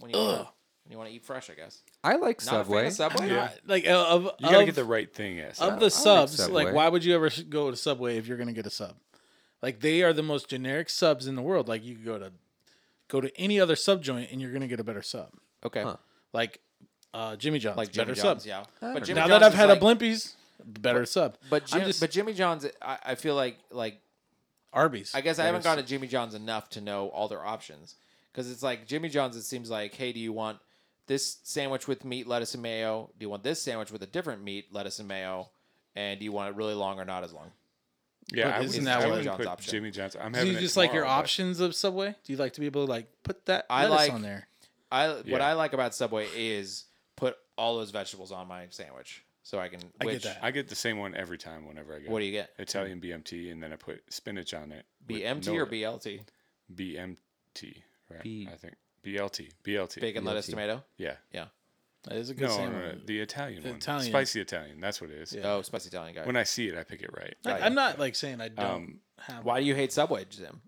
Speaker 1: When you wanna, when you want to eat fresh, I guess.
Speaker 2: I like
Speaker 1: Not Subway.
Speaker 2: Subway.
Speaker 1: A fan of Subway.
Speaker 3: Not- like uh, of
Speaker 4: You gotta
Speaker 3: of-
Speaker 4: get the right thing. Yes.
Speaker 3: of the subs, like,
Speaker 2: Subway.
Speaker 3: why would you ever s- go to Subway if you're gonna get a sub? Like they are the most generic subs in the world. Like you could go to go to any other sub joint and you're gonna get a better sub.
Speaker 1: Okay.
Speaker 2: Huh.
Speaker 3: Like uh, Jimmy John's,
Speaker 1: Like Jimmy
Speaker 3: better
Speaker 1: John's,
Speaker 3: sub.
Speaker 1: yeah.
Speaker 2: don't know.
Speaker 1: But Jimmy
Speaker 3: now
Speaker 1: John's
Speaker 3: that I've
Speaker 1: is
Speaker 3: had
Speaker 1: like,
Speaker 3: a Blimpies, better sub.
Speaker 1: but Jim,
Speaker 3: I'm just
Speaker 1: but Jimmy John's, I, I feel like like
Speaker 3: Arby's.
Speaker 1: I guess I
Speaker 3: better
Speaker 1: haven't gone
Speaker 3: sub.
Speaker 1: to Jimmy John's enough to know all their options because it's like Jimmy John's. It seems like, hey, do you want this sandwich with meat, lettuce, and mayo? Do you want this sandwich with a different meat, lettuce, and mayo? And do you want it really long or not as long?
Speaker 4: yeah,
Speaker 3: But
Speaker 4: I
Speaker 3: isn't
Speaker 4: wouldn't,
Speaker 3: that
Speaker 4: I
Speaker 3: what-
Speaker 4: wouldn't
Speaker 1: John's
Speaker 4: put
Speaker 1: option.
Speaker 4: Jimmy John's. I'm
Speaker 3: Do
Speaker 4: having
Speaker 3: you
Speaker 4: it
Speaker 3: just like your
Speaker 4: tomorrow, but-
Speaker 3: options of Subway? Do you like to be able to like put that
Speaker 1: I
Speaker 3: lettuce
Speaker 1: like-
Speaker 3: on there?
Speaker 1: I what
Speaker 4: Yeah.
Speaker 1: I like about Subway is put all those vegetables on my sandwich so I can.
Speaker 3: I get
Speaker 1: which-
Speaker 3: that.
Speaker 4: I get the same one every time whenever I go.
Speaker 1: What do you get?
Speaker 4: Italian BMT, and then I put spinach on it. with
Speaker 1: BMT
Speaker 4: no-
Speaker 1: or BLT?
Speaker 4: BMT, right?
Speaker 2: B-
Speaker 4: I think BLT, BLT.
Speaker 1: Bacon, lettuce, tomato.
Speaker 4: Yeah.
Speaker 1: Yeah.
Speaker 3: That is a good
Speaker 4: No, no,
Speaker 3: sandwich.
Speaker 4: no, the Italian
Speaker 3: The
Speaker 4: one.
Speaker 3: Italian.
Speaker 4: Spicy Italian. That's what it is.
Speaker 1: Oh, spicy Italian guy.
Speaker 4: When I see it, I pick it right.
Speaker 3: Like, I'm not like saying I don't
Speaker 4: Um,
Speaker 3: have.
Speaker 1: Why do you hate Subway, Jim?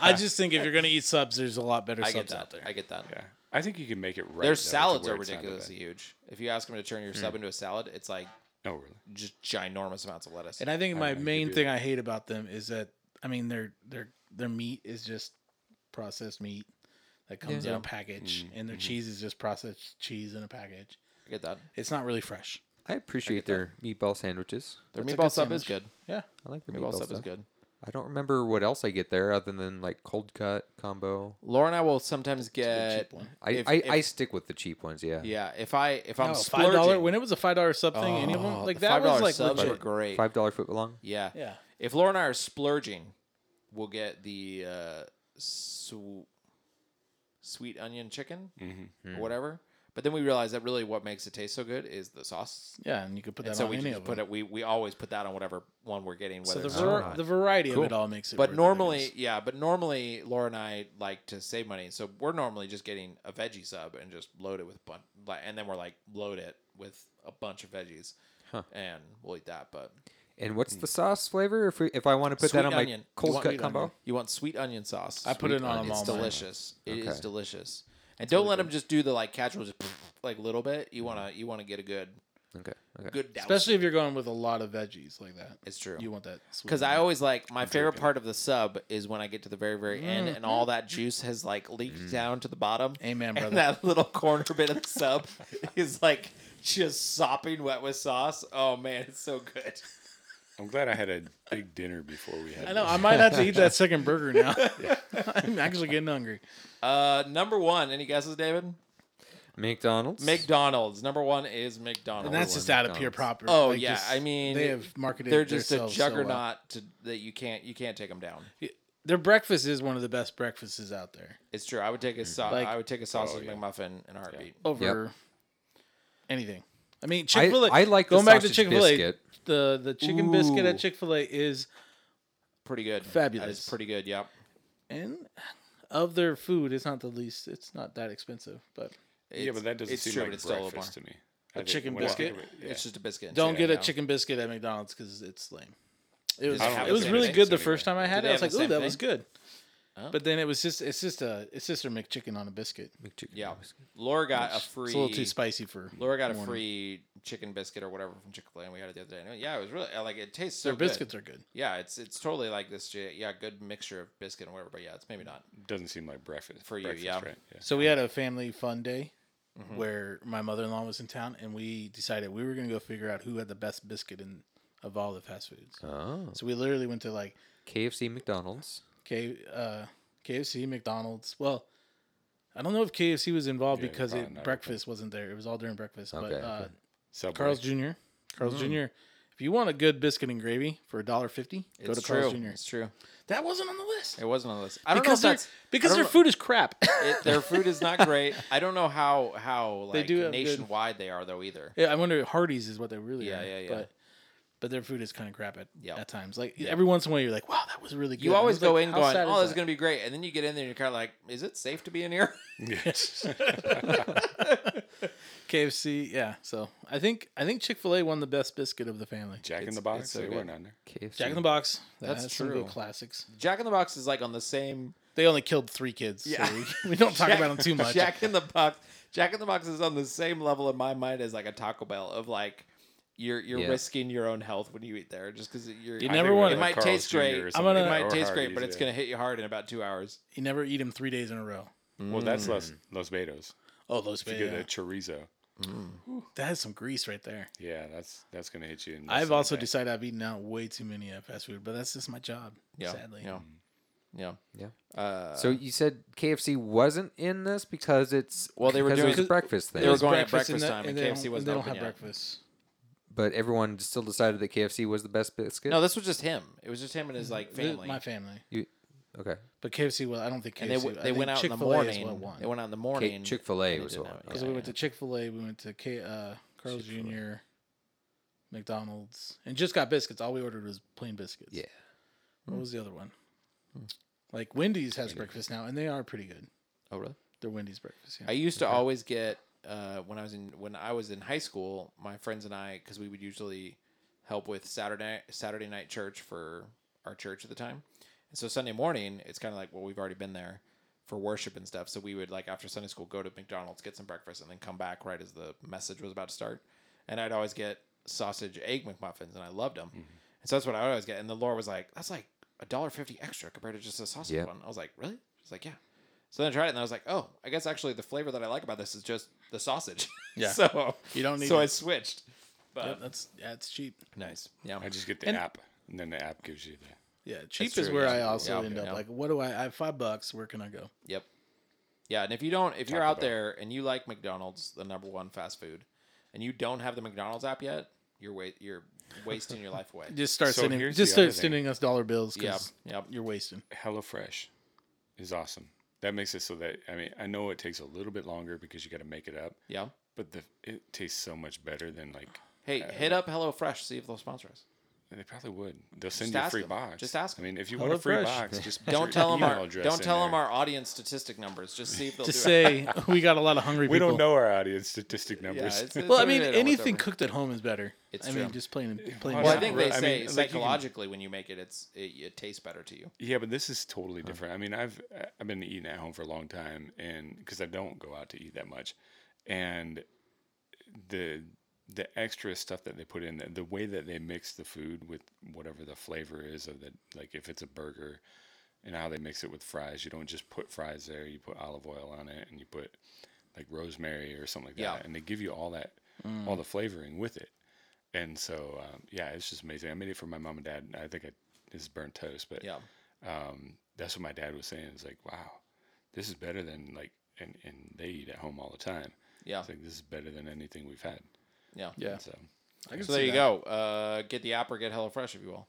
Speaker 3: I just think if you're gonna eat subs, there's a lot better
Speaker 1: I get
Speaker 3: subs out
Speaker 1: that.
Speaker 3: there.
Speaker 1: I get that.
Speaker 4: Yeah. I think you can make it right. though,
Speaker 1: Their
Speaker 4: to
Speaker 1: salads
Speaker 4: where
Speaker 1: are
Speaker 4: it's not that
Speaker 1: ridiculously huge. If you ask them to
Speaker 3: Hmm.
Speaker 1: turn your sub into a salad, it's like
Speaker 4: bad. Oh, really?
Speaker 1: just ginormous amounts of lettuce.
Speaker 3: And I think my
Speaker 4: know, you
Speaker 3: main
Speaker 4: do.
Speaker 3: thing I hate about them is that I mean their their their meat is just processed meat that comes in a
Speaker 1: Mm,
Speaker 3: package, and
Speaker 1: mm-hmm.
Speaker 3: their cheese is just processed cheese in a package.
Speaker 1: I get that.
Speaker 3: It's not really fresh.
Speaker 2: I appreciate their meatball sandwiches.
Speaker 1: Their
Speaker 3: That's a
Speaker 1: meatball
Speaker 3: good
Speaker 1: sub is
Speaker 3: sandwich.
Speaker 1: good.
Speaker 3: Yeah,
Speaker 2: I like their
Speaker 1: Meatball,
Speaker 2: meatball
Speaker 1: sub
Speaker 2: stuff.
Speaker 1: is good.
Speaker 2: I don't remember what else I get there other than like cold cut combo.
Speaker 1: Laura and I will sometimes get.
Speaker 3: cheap one.
Speaker 2: I
Speaker 1: if-
Speaker 2: I,
Speaker 1: if-
Speaker 2: I stick with the cheap ones. Yeah.
Speaker 1: yeah, if I if I'm
Speaker 3: no, five dollar
Speaker 1: splurging,
Speaker 3: when it was a five dollar sub thing, any of them
Speaker 1: Oh,
Speaker 3: like
Speaker 1: the
Speaker 3: that was
Speaker 1: $5
Speaker 3: like
Speaker 1: subs
Speaker 3: legit.
Speaker 1: were great.
Speaker 2: Five dollar foot long.
Speaker 1: Yeah.
Speaker 3: Yeah.
Speaker 1: If Laura and I are splurging, we'll get the uh, su- sweet onion chicken
Speaker 3: Mm-hmm.
Speaker 1: or whatever. But then we realize that really what makes it taste so good is the sauce.
Speaker 3: Yeah, and you could put that
Speaker 1: so
Speaker 3: on
Speaker 1: we
Speaker 3: any
Speaker 1: just
Speaker 3: of
Speaker 1: put
Speaker 3: them.
Speaker 1: it. We, we always put that on whatever one we're getting.
Speaker 3: so
Speaker 1: Whether
Speaker 3: the
Speaker 1: it's-
Speaker 3: var- the variety of it all makes it. worth
Speaker 1: but
Speaker 3: it, I
Speaker 1: normally,
Speaker 3: guess.
Speaker 1: yeah. But normally, Laura and I like to save money, so we're normally just getting a veggie sub and just load it with bun- like, and then we're like load it with a bunch of veggies, and we'll eat that. But
Speaker 2: And what's the sauce flavor? If we, if I want to put
Speaker 1: Mm. Sweet
Speaker 2: that on
Speaker 1: onion.
Speaker 2: my
Speaker 1: You
Speaker 2: cold
Speaker 1: want
Speaker 2: cut
Speaker 1: sweet
Speaker 2: combo,
Speaker 3: onion.
Speaker 1: you want sweet onion sauce.
Speaker 3: I put it on them
Speaker 1: It's
Speaker 3: all. mine.
Speaker 1: delicious. It is
Speaker 2: Okay.
Speaker 1: delicious. And don't let them just do the like casual, just like little bit. You wanna you wanna get a good
Speaker 2: okay, okay.
Speaker 1: good douse.
Speaker 3: especially if you're going with a lot of veggies like that.
Speaker 1: it's true.
Speaker 3: You want that sweet
Speaker 1: Because I always like my favorite part of the sub is when I get to the very very end and all that juice has like leaked down to the bottom.
Speaker 3: Mm. Amen, brother.
Speaker 1: And that little corner bit of the sub is like just sopping wet with sauce. Oh man, it's so good.
Speaker 4: I'm glad I had a big dinner before we had.
Speaker 3: I know. I might have to eat that second burger now. I'm actually getting hungry.
Speaker 1: Uh, number one, any guesses, David?
Speaker 2: McDonald's.
Speaker 1: McDonald's. Number one is McDonald's.
Speaker 3: And that's just out of pure proper.
Speaker 1: Oh
Speaker 3: like,
Speaker 1: yeah,
Speaker 3: just-
Speaker 1: I mean
Speaker 3: they have marketed.
Speaker 1: They're just a
Speaker 3: themselves so uh, well.
Speaker 1: juggernaut to, that you can't you can't take them down.
Speaker 3: Their breakfast is one of the best breakfasts out there.
Speaker 1: It's true. I would take a sau-
Speaker 3: Mm. Like- oh,
Speaker 1: I would take a sausage McMuffin in a heartbeat.
Speaker 3: Over anything. I mean, Chick
Speaker 2: I,
Speaker 3: Fil A.
Speaker 2: I like the
Speaker 3: going back to
Speaker 2: sausage
Speaker 3: Chick Fil A.
Speaker 2: biscuit.
Speaker 3: The the chicken biscuit at
Speaker 1: Ooh.
Speaker 3: Chick Fil A is
Speaker 1: pretty good.
Speaker 3: Fabulous.
Speaker 1: It's pretty good. Yep.
Speaker 3: And of their food, it's not the least. It's not that expensive, but
Speaker 4: yeah,
Speaker 1: It's-
Speaker 4: but that doesn't
Speaker 1: it's
Speaker 4: seem
Speaker 1: true,
Speaker 4: like
Speaker 1: but it's still a
Speaker 4: breakfast
Speaker 1: bar.
Speaker 4: to
Speaker 3: A
Speaker 4: me. I think-
Speaker 3: chicken
Speaker 4: when I think
Speaker 3: biscuit?
Speaker 4: of it- yeah.
Speaker 1: It's just a biscuit. and
Speaker 3: don't
Speaker 1: chicken,
Speaker 3: get a
Speaker 1: you know?
Speaker 3: chicken biscuit at McDonald's because it's lame. It was
Speaker 1: they have
Speaker 3: it
Speaker 1: the
Speaker 3: was
Speaker 1: same
Speaker 3: really
Speaker 1: thing?
Speaker 3: good the
Speaker 4: Anyway.
Speaker 3: first time I
Speaker 1: Do
Speaker 3: had it.
Speaker 1: they
Speaker 3: I was
Speaker 1: have
Speaker 3: like,
Speaker 1: the
Speaker 3: "Ooh,
Speaker 1: same
Speaker 3: that
Speaker 1: thing?"
Speaker 3: was good."
Speaker 1: Oh.
Speaker 3: But then it was just it's just a it's just a McChicken on a biscuit.
Speaker 1: Yeah. Laura got a free.
Speaker 3: It's a little too spicy for
Speaker 1: Laura got a
Speaker 3: morning.
Speaker 1: free chicken biscuit or whatever from Chick Fil A, and we had it the other day. And yeah, it was really uh, like it tastes so
Speaker 3: Their
Speaker 1: good.
Speaker 3: biscuits are good.
Speaker 1: Yeah, it's it's totally like this. Yeah, good mixture of biscuit and whatever. But yeah, it's maybe not.
Speaker 4: doesn't seem like breakfast
Speaker 1: For you,
Speaker 4: breakfast,
Speaker 1: yeah.
Speaker 4: Right? yeah.
Speaker 3: So we had a family fun day
Speaker 1: Mm-hmm.
Speaker 3: where my mother in law was in town, and we decided we were gonna go figure out who had the best biscuit in of all the fast foods.
Speaker 2: Oh.
Speaker 3: So we literally went to like
Speaker 2: KFC, McDonald's.
Speaker 3: K, uh, KFC, McDonald's. Well, I don't know if KFC was involved
Speaker 4: Yeah,
Speaker 3: because
Speaker 4: probably
Speaker 3: it,
Speaker 4: not.
Speaker 3: breakfast wasn't there. It was all during breakfast. but
Speaker 2: Okay,
Speaker 3: uh,
Speaker 2: okay.
Speaker 4: Subway.
Speaker 3: Carl's Jr.
Speaker 1: Mm.
Speaker 3: Carl's Jr. If you want a good biscuit and gravy for a dollar fifty, go
Speaker 1: it's
Speaker 3: to
Speaker 1: true.
Speaker 3: Carl's Jr.
Speaker 1: It's true.
Speaker 3: That wasn't on the list
Speaker 1: It wasn't on the list. I don't
Speaker 3: because
Speaker 1: know
Speaker 3: their
Speaker 1: if that's
Speaker 3: because
Speaker 1: I
Speaker 3: their
Speaker 1: don't
Speaker 3: food is crap.
Speaker 1: know- it- their food is not great. I don't know how how like
Speaker 3: do have good-
Speaker 1: nationwide they are though either.
Speaker 3: Yeah, I wonder if Hardee's is what they really
Speaker 1: Yeah,
Speaker 3: are.
Speaker 1: yeah, yeah.
Speaker 3: But but their food is kind of crap at,
Speaker 1: Yeah.
Speaker 3: at times. Like every once in a while, you're like, wow, that was really good.
Speaker 1: You
Speaker 3: And
Speaker 1: always
Speaker 3: it's like,
Speaker 1: go in
Speaker 3: how
Speaker 1: going,
Speaker 3: sad
Speaker 1: oh,
Speaker 3: is
Speaker 1: this is
Speaker 3: that?"
Speaker 1: gonna be great, and then you get in there and you're kind of like, is it safe to be in here?
Speaker 3: KFC. Yeah, so I think I think Chick Fil A won the best biscuit of the family.
Speaker 4: Jack in
Speaker 2: It's-
Speaker 4: the Box.
Speaker 2: it's so
Speaker 4: they
Speaker 2: good.
Speaker 4: weren't on there.
Speaker 2: KFC.
Speaker 3: Jack in the Box. that
Speaker 1: That's
Speaker 3: has some good
Speaker 1: true.
Speaker 3: classics.
Speaker 1: Jack in the Box is like on the same.
Speaker 3: They only killed three kids.
Speaker 1: Yeah.
Speaker 3: so we, we don't talk
Speaker 1: Jack-
Speaker 3: about them too much.
Speaker 1: Jack in the Box. Jack in the Box is on the same level in my mind as like a Taco Bell of like. You're, you're
Speaker 2: Yeah.
Speaker 1: risking your own health when you eat there just because you're
Speaker 3: You
Speaker 1: I
Speaker 3: never
Speaker 1: think
Speaker 3: wanna-
Speaker 1: it might
Speaker 4: Carl's
Speaker 1: taste
Speaker 4: Jr. or
Speaker 1: great.
Speaker 4: something Oh,
Speaker 3: gonna-
Speaker 1: It
Speaker 4: like that,
Speaker 1: might
Speaker 4: or
Speaker 1: taste great,
Speaker 4: Hardee's,
Speaker 1: but it's
Speaker 4: yeah.
Speaker 1: gonna hit you hard in about two hours.
Speaker 3: You never eat them three days in a row. Mm.
Speaker 4: Well, that's Los Los Betos.
Speaker 3: Oh, those
Speaker 4: You get
Speaker 3: yeah.
Speaker 4: that chorizo.
Speaker 3: That has some grease right there.
Speaker 4: Yeah, that's that's gonna hit you. In the
Speaker 3: I've
Speaker 4: same
Speaker 3: also
Speaker 4: way.
Speaker 3: decided I've eaten out way too many at fast food, but that's just my job.
Speaker 1: Yeah,
Speaker 3: sadly.
Speaker 1: yeah, yeah.
Speaker 2: Yeah.
Speaker 1: Uh,
Speaker 2: So you said KFC wasn't in this because it's
Speaker 1: Well, they were
Speaker 2: because it
Speaker 1: doing-
Speaker 2: was a breakfast thing,
Speaker 1: they were going at
Speaker 3: Breakfast in
Speaker 1: breakfast
Speaker 3: the-
Speaker 1: time, and
Speaker 3: they
Speaker 1: KFC
Speaker 3: don't-
Speaker 1: wasn't
Speaker 3: They don't
Speaker 1: open
Speaker 3: have
Speaker 1: yet.
Speaker 3: breakfast.
Speaker 2: but everyone still decided that KFC was the best biscuit.
Speaker 1: no, this was just him. It was just him and his like
Speaker 3: Th-
Speaker 1: family.
Speaker 3: My family.
Speaker 2: You, okay.
Speaker 3: But KFC was. I don't think KFC.
Speaker 1: and they w-
Speaker 3: I
Speaker 1: they
Speaker 3: think
Speaker 1: went out in the
Speaker 3: Chick-fil-A is
Speaker 1: morning.
Speaker 3: what won.
Speaker 1: They went out in the
Speaker 2: K-
Speaker 1: morning.
Speaker 2: Chick Fil A
Speaker 1: they
Speaker 2: was
Speaker 1: did
Speaker 2: one.
Speaker 1: that,
Speaker 2: Okay.
Speaker 3: Because we went to Chick Fil A, we went to K, uh, Carl's Jr., McDonald's, and just got biscuits. All we ordered was plain biscuits.
Speaker 2: Yeah.
Speaker 3: What was the other one?
Speaker 1: Hmm.
Speaker 3: Like Wendy's has breakfast now, and they are pretty good.
Speaker 1: oh really?
Speaker 3: They're Wendy's breakfast. Yeah.
Speaker 1: I used to always get uh, when I was in when I was in high school. My friends and I, because we would usually help with Saturday Saturday night church for our church at the time, and so Sunday morning it's kind of like well we've already been there for worship and stuff. So we would like after Sunday school go to McDonald's get some breakfast and then come back right as the message was about to start. And I'd always get sausage egg McMuffins and I loved them, and so that's what I would always get. And the Laura was like, "That's like a dollar fifty extra compared to just a sausage
Speaker 2: Yep.
Speaker 1: one." I was like, "Really?" She's like, "Yeah." So then I tried it and I was like, oh, I guess actually the flavor that I like about this is just the sausage.
Speaker 3: Yeah.
Speaker 1: so
Speaker 3: You don't need
Speaker 1: So
Speaker 3: it.
Speaker 1: I switched. But
Speaker 3: Yep, that's yeah, it's cheap.
Speaker 1: nice. Yeah.
Speaker 4: I just get the
Speaker 3: And-
Speaker 4: app, and then the app gives you the.
Speaker 3: Yeah, cheap
Speaker 1: true,
Speaker 3: is where
Speaker 1: yeah.
Speaker 3: I also
Speaker 1: Yeah,
Speaker 3: end up.
Speaker 1: yeah.
Speaker 3: Like, what do I? I have five bucks. Where can I go?
Speaker 1: Yep. Yeah, and if you don't, if you're
Speaker 4: Taco
Speaker 1: out
Speaker 4: Bell.
Speaker 1: there and you like McDonald's, the number one fast food, and you don't have the McDonald's app yet, you're wa- you're wasting your life away.
Speaker 3: Just start
Speaker 4: So
Speaker 3: sending.
Speaker 4: here's
Speaker 3: Just
Speaker 4: the other
Speaker 3: start sending us dollar bills.
Speaker 1: Yeah,
Speaker 3: 'cause
Speaker 1: yep.
Speaker 3: You're wasting.
Speaker 4: HelloFresh is awesome. That makes it so that I mean I know it takes a little bit longer because you got to make it up,
Speaker 1: Yeah.
Speaker 4: but the it tastes so much better than like
Speaker 1: Hey, hit up HelloFresh, see if they'll sponsor us.
Speaker 4: they probably would. They'll
Speaker 1: Just
Speaker 4: send you a
Speaker 1: ask
Speaker 4: free
Speaker 1: them.
Speaker 4: box.
Speaker 1: Just ask
Speaker 4: I mean, if you want a free
Speaker 3: HelloFresh.
Speaker 4: box, just put
Speaker 1: Don't
Speaker 4: your
Speaker 1: tell them
Speaker 4: email
Speaker 1: our
Speaker 4: address
Speaker 1: don't
Speaker 4: in
Speaker 1: tell them
Speaker 4: there.
Speaker 1: our audience statistic numbers. Just see if they'll
Speaker 3: Just
Speaker 1: do it.
Speaker 3: say we got a lot of hungry
Speaker 4: We
Speaker 3: people.
Speaker 4: don't know our audience statistic
Speaker 1: Yeah,
Speaker 4: numbers.
Speaker 1: it's- it's
Speaker 3: Well, I
Speaker 1: over
Speaker 3: mean,
Speaker 1: there, don't worry, it's
Speaker 3: anything
Speaker 1: over.
Speaker 3: cooked at home is better.
Speaker 1: It's
Speaker 3: I
Speaker 1: true.
Speaker 3: mean, just plain plain.
Speaker 4: Well,
Speaker 1: Well, I
Speaker 4: Yeah,
Speaker 1: think
Speaker 4: right.
Speaker 1: they say
Speaker 4: I mean, like you can-
Speaker 1: psychologically when you make it, it's it, it tastes better to you.
Speaker 4: Yeah, but this is totally different. I mean, I've I've been eating at home for a long time, and because I don't go out to eat that much, and the the extra stuff that they put in, the, the way that they mix the food with whatever the flavor is of the like if it's a burger, and how they mix it with fries. You don't just put fries there; you put olive oil on it, and you put like rosemary or something like that,
Speaker 1: Yeah.
Speaker 4: and they give you all that all the flavoring with it. And so, um, yeah, it's just amazing. I made it for my mom and dad. and I think I this is burnt toast, but
Speaker 1: Yeah.
Speaker 4: um, that's what my dad was saying. It's like, wow, this is better than like, and, and they eat at home all the time.
Speaker 1: Yeah.
Speaker 4: It's like, this is better than anything we've had.
Speaker 1: Yeah.
Speaker 3: Yeah.
Speaker 4: So
Speaker 1: So there you go. Uh, get the app or get HelloFresh if you will.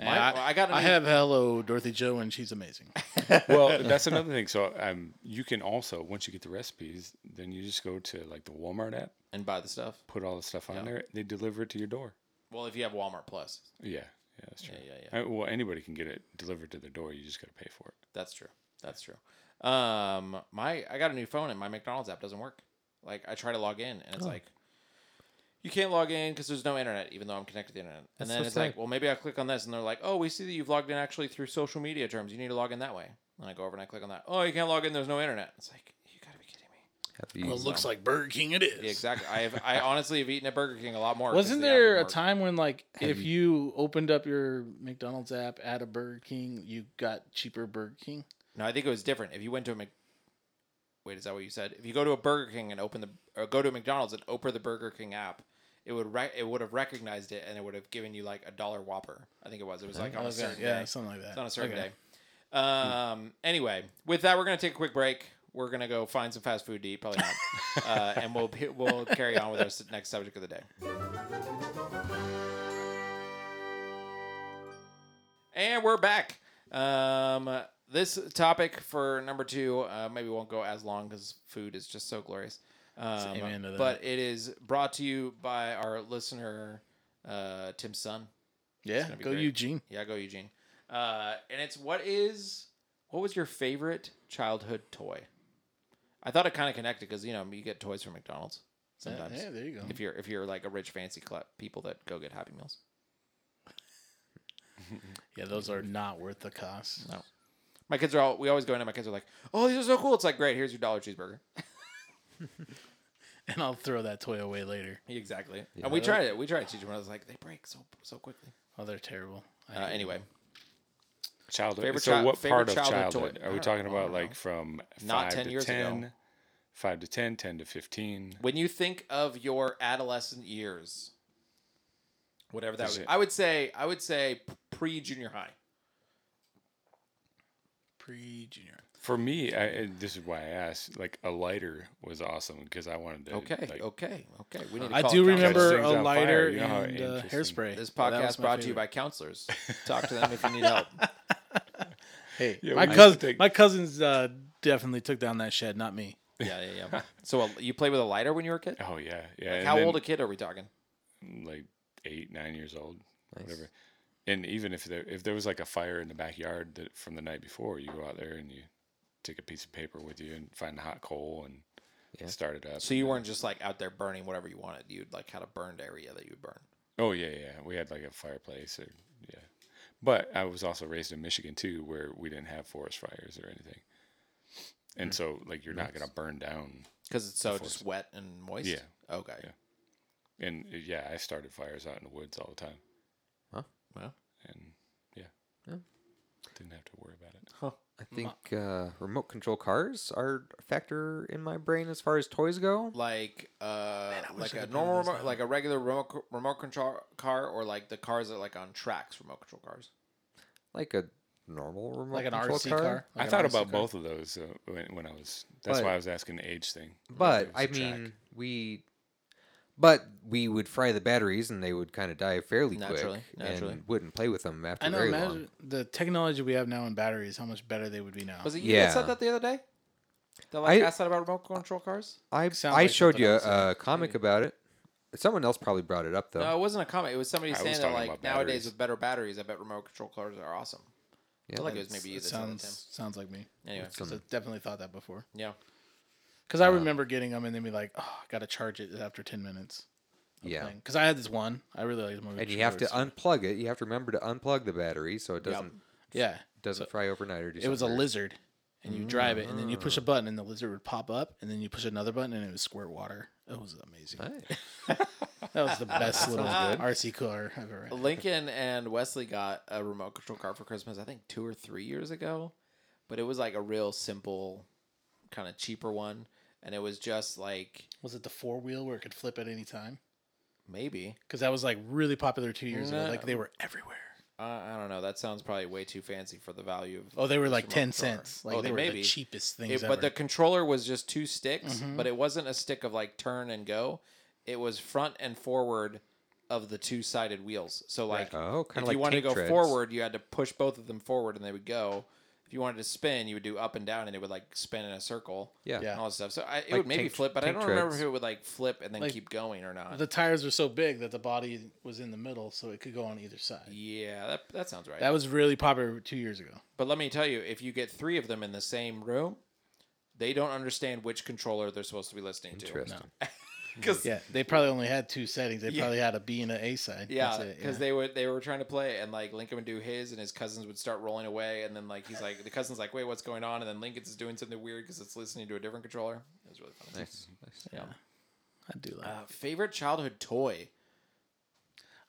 Speaker 1: My-
Speaker 3: I,
Speaker 1: I got an
Speaker 3: I
Speaker 1: e-
Speaker 3: have hello Dorothy Joe, and she's amazing.
Speaker 4: well, that's another thing. So um, you can also once you get the recipes, then you just go to like the Walmart app,
Speaker 1: and buy the stuff.
Speaker 4: put all the stuff on there, they deliver it to your door.
Speaker 1: Well, if you have Walmart Plus,
Speaker 4: Yeah, Yeah, that's true.
Speaker 1: Yeah, yeah, yeah.
Speaker 4: I- well, anybody can get it delivered to their door. You just got to pay for it.
Speaker 1: That's true. That's true. Um, my I got a new phone and my McDonald's app doesn't work. Like I try to log in and it's like you can't log in because there's no internet, even though I'm connected to the internet. And
Speaker 2: That's
Speaker 1: then
Speaker 2: so
Speaker 1: it's like,
Speaker 2: sad.
Speaker 1: well, maybe I click on this, and they're like, oh, we see that you've logged in actually through social media terms. You need to log in that way. And I go over and I click on that. Oh, you can't log in. There's no internet. It's like you gotta be kidding me.
Speaker 2: Have you-
Speaker 3: Well, it looks like Burger King it is.
Speaker 1: Yeah, exactly. I have I honestly have eaten at Burger King a lot more. 'cause
Speaker 3: Wasn't
Speaker 1: the app didn't
Speaker 3: there a
Speaker 1: work.
Speaker 3: time when, like, if you opened up your McDonald's app at a Burger King, you got cheaper Burger King?
Speaker 1: No, I think it was different. If you went to a Mc... wait, is that what you said? If you go to a Burger King and open the or go to a McDonald's and open the Burger King app, it would rec- it would have recognized it and it would have given you like a dollar Whopper. I think it was. It was like on a
Speaker 3: Okay,
Speaker 1: certain
Speaker 3: yeah,
Speaker 1: day.
Speaker 3: something like that.
Speaker 1: It's on a certain
Speaker 3: Okay.
Speaker 1: day. Um. Anyway, with that, we're gonna take a quick break. We're gonna go find some fast food to eat, probably not, uh, and we'll we'll carry on with our s- next subject of the day. And we're back. Um, this topic for number two uh, maybe won't go as long because food is just so glorious. Um,
Speaker 3: amen to that.
Speaker 1: But it is brought to you by our listener, uh, Tim's son.
Speaker 3: Yeah,
Speaker 1: gonna be
Speaker 3: go
Speaker 1: great.
Speaker 3: Eugene.
Speaker 1: Yeah, go Eugene. Uh, and it's what is what was your favorite childhood toy? I thought it kind of connected because you know you get toys from McDonald's
Speaker 3: Yeah,
Speaker 1: sometimes.
Speaker 3: yeah, there you go.
Speaker 1: If you're if you're like a rich fancy club, people that go get Happy Meals.
Speaker 3: Yeah, those are
Speaker 1: Mm-hmm.
Speaker 3: not worth the cost.
Speaker 1: No. My kids are all we always go in and my kids are like, oh these are so cool. It's like great. Here's your dollar cheeseburger.
Speaker 3: And I'll throw that toy away later.
Speaker 1: Exactly. And we tried it. We tried to teach them. and I was like, they break so so quickly.
Speaker 3: Oh, they're terrible. I
Speaker 1: Uh,
Speaker 3: hate
Speaker 1: anyway,
Speaker 4: Childhood.
Speaker 1: Favorite
Speaker 4: so,
Speaker 1: chi-
Speaker 4: what
Speaker 1: favorite
Speaker 4: part of
Speaker 1: childhood
Speaker 4: childhood
Speaker 1: toy?
Speaker 4: are
Speaker 1: I
Speaker 4: we
Speaker 1: don't-
Speaker 4: talking
Speaker 1: I
Speaker 4: about?
Speaker 1: don't
Speaker 4: Like
Speaker 1: know.
Speaker 4: from
Speaker 1: Not
Speaker 4: five
Speaker 1: 10
Speaker 4: to
Speaker 1: years ago.
Speaker 4: 10, five to 10, 10 to fifteen.
Speaker 1: when you think of your adolescent years, whatever that was,
Speaker 4: Is it-
Speaker 1: I would say I would say pre junior high.
Speaker 3: pre junior.
Speaker 4: For me, I, I- this is why I asked. Like a lighter was awesome because I wanted to.
Speaker 1: Okay,
Speaker 4: like,
Speaker 1: okay, okay. We need to
Speaker 3: I
Speaker 1: call
Speaker 3: do
Speaker 1: it
Speaker 3: remember
Speaker 4: things
Speaker 3: a
Speaker 4: on fire,
Speaker 3: lighter
Speaker 4: you know how
Speaker 3: and uh,
Speaker 4: interesting.
Speaker 3: hairspray.
Speaker 1: This
Speaker 3: Well, that
Speaker 1: podcast
Speaker 3: was my
Speaker 1: brought to you by
Speaker 3: favorite.
Speaker 1: counselors. Talk to them if you need help.
Speaker 3: Hey,
Speaker 4: Yeah,
Speaker 3: my
Speaker 4: we used
Speaker 3: cousin,
Speaker 4: to take-
Speaker 3: my cousins uh, definitely took down that shed, not me.
Speaker 1: Yeah, yeah, yeah. So uh, you played with a lighter when you were a kid?
Speaker 4: Oh yeah, yeah. and
Speaker 1: How
Speaker 4: then,
Speaker 1: old a kid are we talking?
Speaker 4: like eight, nine years old,
Speaker 2: Nice.
Speaker 4: whatever. And even if there if there was like a fire in the backyard that from the night before, you go out there and you take a piece of paper with you and find a hot coal and
Speaker 2: Yeah.
Speaker 4: start it up.
Speaker 1: So you
Speaker 4: and then-
Speaker 1: weren't just like out there burning whatever you wanted. You like had a burned area that you would burn.
Speaker 4: Oh yeah, yeah. We had like a fireplace or yeah. But I was also raised in Michigan too, where we didn't have forest fires or anything. And
Speaker 1: Mm.
Speaker 4: so like you're not gonna burn down.
Speaker 1: Because it's so
Speaker 4: Of course.
Speaker 1: just wet and moist.
Speaker 4: Yeah.
Speaker 1: Okay.
Speaker 4: Yeah. And uh, yeah, I started fires out in the woods all the time,
Speaker 1: Well,
Speaker 4: and yeah,
Speaker 2: Yeah.
Speaker 4: didn't have to worry about it.
Speaker 2: I think uh, remote control cars are a factor in my brain as far as toys go.
Speaker 1: like uh,
Speaker 3: wish
Speaker 1: like
Speaker 3: I
Speaker 1: a
Speaker 3: could
Speaker 1: normal,
Speaker 3: remember
Speaker 1: remote, like a regular remote c- remote control car, or like the cars that are like on tracks, remote control cars.
Speaker 2: Like a normal remote
Speaker 3: Like an
Speaker 2: control
Speaker 3: RC
Speaker 2: car.
Speaker 3: car. Like
Speaker 4: I
Speaker 3: an
Speaker 4: thought
Speaker 3: RC
Speaker 4: about
Speaker 3: car.
Speaker 4: both of those uh, when, when I was. That's
Speaker 2: But-
Speaker 4: why I was asking the age thing.
Speaker 2: But
Speaker 4: There's
Speaker 2: I
Speaker 4: a track.
Speaker 2: mean, we. But we would fry the batteries, and they would kind of die fairly
Speaker 1: Naturally,
Speaker 2: quick,
Speaker 1: naturally.
Speaker 2: and wouldn't play with them after
Speaker 3: I know.
Speaker 2: very
Speaker 3: imagine
Speaker 2: long.
Speaker 3: the technology we have now in batteries, how much better they would be now.
Speaker 1: Was it you that
Speaker 2: Yeah.
Speaker 1: said that the other day? That like
Speaker 2: I-
Speaker 1: asked that about remote control cars.
Speaker 2: I
Speaker 3: sound
Speaker 2: I
Speaker 3: like
Speaker 2: showed
Speaker 3: something
Speaker 2: you
Speaker 3: else,
Speaker 2: a, a comic about it. Someone else probably brought it up though.
Speaker 1: No, it wasn't a comment. It was somebody
Speaker 4: I was
Speaker 1: saying that
Speaker 4: talking
Speaker 1: like
Speaker 4: about
Speaker 1: nowadays
Speaker 4: batteries.
Speaker 1: with better batteries, I bet remote control cars are awesome. I feel like it was maybe you
Speaker 3: it
Speaker 1: that said that,
Speaker 3: sounds sounds like me.
Speaker 1: Tim. Anyway,
Speaker 3: 'Cause I definitely thought that before.
Speaker 1: yeah,
Speaker 3: Because I remember getting them and then be like, oh, I gotta charge it after ten minutes.
Speaker 2: yeah,
Speaker 3: Because I had this one, I really liked the
Speaker 2: and you have to unplug it. You have to remember to unplug the battery so it
Speaker 1: Yep.
Speaker 2: doesn't
Speaker 3: yeah.
Speaker 2: doesn't fry overnight or do
Speaker 3: It was a
Speaker 2: something.
Speaker 3: lizard, and you drive it, and then you push a button, and the lizard would pop up, and then you push another button, and it would squirt water. It was amazing.
Speaker 2: Nice.
Speaker 3: That was the best little RC car I've ever had.
Speaker 1: Lincoln and Wesley got a remote control car for Christmas. I think two or three years ago, but it was like a real simple, kind of cheaper one, and it was just like
Speaker 3: Was it the four wheel where it could flip at any time?
Speaker 1: maybe
Speaker 3: Because that was like really popular two years ago.
Speaker 1: No.
Speaker 3: Like they were everywhere.
Speaker 1: uh, I don't know. That sounds probably way too fancy for the value of.
Speaker 3: Oh, they were like
Speaker 1: remote
Speaker 3: ten
Speaker 1: control car.
Speaker 3: cents. Like
Speaker 1: Oh,
Speaker 3: they,
Speaker 1: they
Speaker 3: were
Speaker 1: may
Speaker 3: the
Speaker 1: be.
Speaker 3: cheapest
Speaker 1: It-
Speaker 3: things
Speaker 1: but the
Speaker 3: ever.
Speaker 1: controller was just two sticks, but it wasn't a stick of like turn and go. It was front and forward of the two sided wheels. So like
Speaker 2: Oh, kinda
Speaker 1: if
Speaker 2: like
Speaker 1: you wanted to go
Speaker 2: tank treads.
Speaker 1: forward, you had to push both of them forward and they would go. If If you wanted to spin, you would do up and down, and it would like spin in a circle.
Speaker 2: Yeah.
Speaker 3: Yeah.
Speaker 1: and all that stuff. So I, it
Speaker 2: Like
Speaker 1: would maybe
Speaker 2: pink-
Speaker 1: flip, but I
Speaker 2: pink
Speaker 1: don't remember
Speaker 2: treads.
Speaker 1: if it would like flip and then
Speaker 3: Like-
Speaker 1: keep going or not.
Speaker 3: The tires were so big that the body was in the middle, so it could go on either side.
Speaker 1: yeah, that, that sounds right.
Speaker 3: That was really popular two years ago.
Speaker 1: but let me tell you, if you get three of them in the same room, they don't understand which controller they're supposed to be listening to.
Speaker 2: Interesting.
Speaker 1: Because
Speaker 3: Yeah, they probably only had two settings. They
Speaker 1: Yeah.
Speaker 3: probably had a B and a A side.
Speaker 1: Yeah,
Speaker 3: That's it,
Speaker 1: because they would they were trying to play, and like Lincoln would do his, and his cousins would start rolling away, and then like he's like the cousin's like, wait, what's going on? And then Lincoln's is doing something weird because it's listening to a different controller. It was really funny.
Speaker 2: Nice. nice.
Speaker 1: Yeah.
Speaker 3: I do like.
Speaker 1: Uh, favorite childhood toy?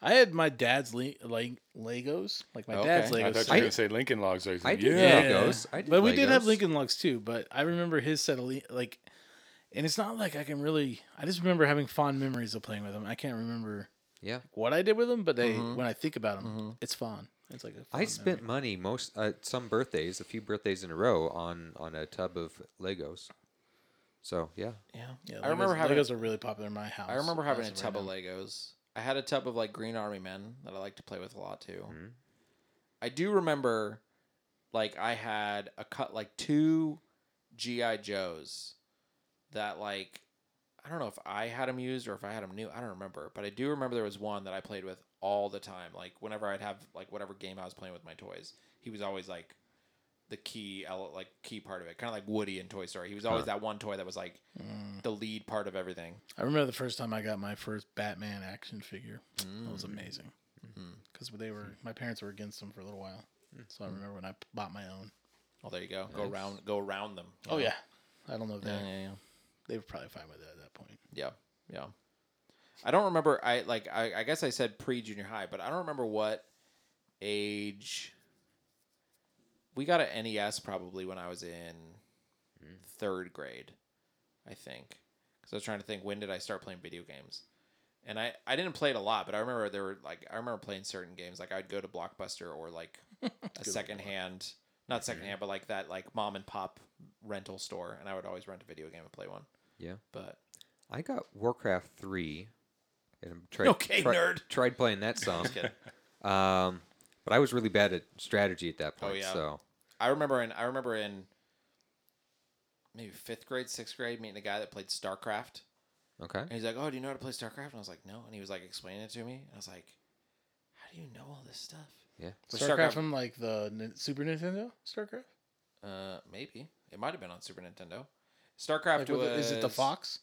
Speaker 3: I had my dad's le- like Legos, like my
Speaker 1: Okay.
Speaker 3: dad's
Speaker 1: I
Speaker 4: I
Speaker 3: Legos.
Speaker 4: thought you
Speaker 3: set.
Speaker 4: were gonna say Lincoln Logs. I was
Speaker 2: I
Speaker 4: like,
Speaker 2: did
Speaker 4: yeah.
Speaker 2: Legos. I did
Speaker 3: but we did have
Speaker 2: Legos.
Speaker 3: Lincoln Logs too. But I remember his set of le- like, and it's not like I can really. I just remember having fond memories of playing with them. I can't remember
Speaker 2: Yeah.
Speaker 3: what I did with them, but they
Speaker 1: Mm-hmm.
Speaker 3: when I think about them, it's fun. It's like a
Speaker 2: I
Speaker 3: fond
Speaker 2: spent money most uh, some birthdays, a few birthdays in a row, on on a tub of Legos. So yeah,
Speaker 1: Yeah,
Speaker 3: memory. Yeah,
Speaker 1: I remember
Speaker 3: Legos,
Speaker 1: having
Speaker 3: Legos are really popular in my house.
Speaker 1: I remember having a
Speaker 3: as
Speaker 1: tub
Speaker 3: right
Speaker 1: of
Speaker 3: now.
Speaker 1: Legos. I had a tub of like Green Army Men that I like to play with a lot too. I do remember, like I had a cut like two GI Joes that like I don't know if I had them used or if I had them new. I don't remember, but I do remember there was one that I played with all the time. Like whenever I'd have like whatever game I was playing with my toys, he was always like the key ele- like key part of it, kind of like Woody in Toy Story. He was always that one toy that was like
Speaker 3: Mm.
Speaker 1: the lead part of everything.
Speaker 3: I remember the first time I got my first Batman action figure. That
Speaker 1: Mm.
Speaker 3: was amazing.
Speaker 1: Mm-hmm.
Speaker 3: Because they were my parents were against them for a little while, so I
Speaker 1: Mm.
Speaker 3: remember when I p- bought my own.
Speaker 1: Oh, there you go. Go around, go around them. you
Speaker 3: Oh
Speaker 1: know?
Speaker 3: yeah, I don't know if they
Speaker 1: yeah, yeah, yeah,
Speaker 3: they were probably fine with it at that point.
Speaker 1: yeah, yeah. I don't remember. I like. I, I guess I said pre junior high, but I don't remember what age. We got an NES probably when I was in third grade, I think. Because I was trying to think when did I start playing video games, and I I didn't play it a lot, but I remember there were like I remember playing certain games. Like I'd go to Blockbuster or like a secondhand, not secondhand, but like that like mom and pop rental store, and I would always rent a video game and play one.
Speaker 2: yeah.
Speaker 1: But
Speaker 2: I got Warcraft three, and I'm tried,
Speaker 1: Okay,
Speaker 2: tri-
Speaker 1: nerd.
Speaker 2: Tried playing that song,
Speaker 1: kidding.
Speaker 2: um, but I was really bad at strategy at that
Speaker 1: Oh,
Speaker 2: point.
Speaker 1: yeah.
Speaker 2: So
Speaker 1: I remember in I remember in maybe fifth grade, sixth grade, meeting a guy that played StarCraft,
Speaker 2: okay,
Speaker 1: and he's like, "Oh, do you know how to play StarCraft?" And I was like, "No," and he was like explaining it to me, and I was like, "How do you know all this stuff?"
Speaker 2: yeah.
Speaker 1: But
Speaker 3: Starcraft, from like the N- Super Nintendo Starcraft.
Speaker 1: uh, maybe it might have been on Super Nintendo. StarCraft
Speaker 3: Like,
Speaker 1: was
Speaker 3: what- Is it the Fox?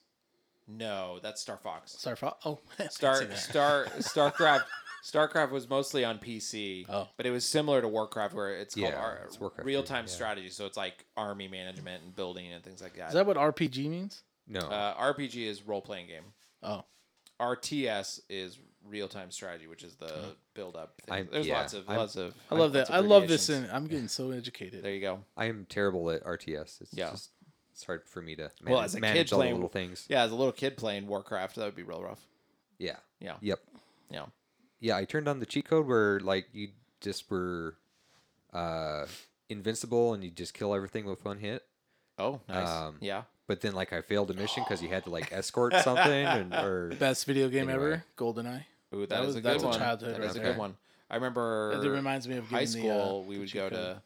Speaker 1: No, that's Star Fox.
Speaker 3: Star Fox. Oh, I didn't
Speaker 1: Star
Speaker 3: see that.
Speaker 1: Star StarCraft StarCraft was mostly on PC,
Speaker 3: Oh.
Speaker 1: but it was similar to Warcraft, where it's called
Speaker 2: Yeah,
Speaker 1: ar-
Speaker 2: it's Warcraft,
Speaker 1: real-time
Speaker 2: yeah.
Speaker 1: strategy. So it's like army management and building and things like that.
Speaker 3: Is that what RPG means?
Speaker 2: No,
Speaker 1: uh, RPG is role-playing game.
Speaker 3: Oh,
Speaker 1: RTS is real-time strategy, which is the build-up. Thing.
Speaker 2: I'm-
Speaker 1: There's
Speaker 2: Mm-hmm. yeah,
Speaker 1: lots of
Speaker 2: I'm-
Speaker 1: lots of.
Speaker 3: I love
Speaker 1: lots
Speaker 3: that.
Speaker 1: of
Speaker 3: I love this,
Speaker 1: abbreviations.
Speaker 3: and I'm getting so educated.
Speaker 1: there you go.
Speaker 2: I am terrible at RTS. It's
Speaker 1: Yeah.
Speaker 2: just it's hard for me to manage,
Speaker 1: Well, as a kid
Speaker 2: manage all
Speaker 1: playing-
Speaker 2: the little things.
Speaker 1: Yeah, as a little kid playing Warcraft, that would be real rough.
Speaker 2: Yeah.
Speaker 1: Yeah, yeah.
Speaker 2: Yep. Yeah, I turned on the cheat code where like you just were uh invincible and you just kill everything with one hit.
Speaker 1: Oh, nice.
Speaker 2: Um,
Speaker 1: yeah.
Speaker 2: But then like I failed a mission because you had to like escort something and or
Speaker 3: Best video game
Speaker 2: Anyway.
Speaker 3: ever, GoldenEye.
Speaker 1: Ooh,
Speaker 3: that
Speaker 1: that is
Speaker 3: was-
Speaker 1: a
Speaker 3: that's
Speaker 1: good
Speaker 3: a
Speaker 1: one. That
Speaker 3: childhood
Speaker 1: is
Speaker 3: right
Speaker 1: a
Speaker 2: there.
Speaker 1: good one. I remember.
Speaker 3: It reminds me of
Speaker 1: high
Speaker 3: getting the, uh,
Speaker 1: school, we
Speaker 3: the
Speaker 1: would
Speaker 3: cheat
Speaker 1: go
Speaker 3: code.
Speaker 1: to,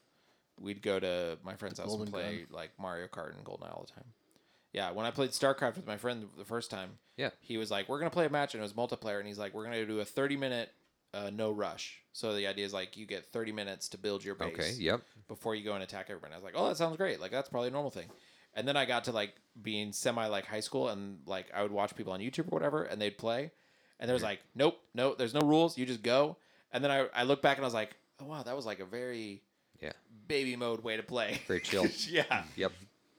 Speaker 1: we'd go to my friend's house and
Speaker 3: Golden
Speaker 1: play like Mario Kart and Goldeneye all the time. Yeah, when I played StarCraft with my friend the first time,
Speaker 2: Yeah.
Speaker 1: he was like, "We're gonna play a match," and it was multiplayer, and he's like, "We're gonna do a thirty-minute uh, no rush." So the idea is like you get thirty minutes to build your base
Speaker 2: Okay, yep.
Speaker 1: before you go and attack everyone. I was like, oh, that sounds great. Like that's probably a normal thing. And then I got to like being semi like high school and like I would watch people on YouTube or whatever and they'd play. And there was like, nope, no, there's no rules. You just go. And then I, I look back and I was like, oh, wow, that was like a very
Speaker 2: Yeah.
Speaker 1: baby mode way to play.
Speaker 2: Very chill.
Speaker 1: yeah.
Speaker 2: yep.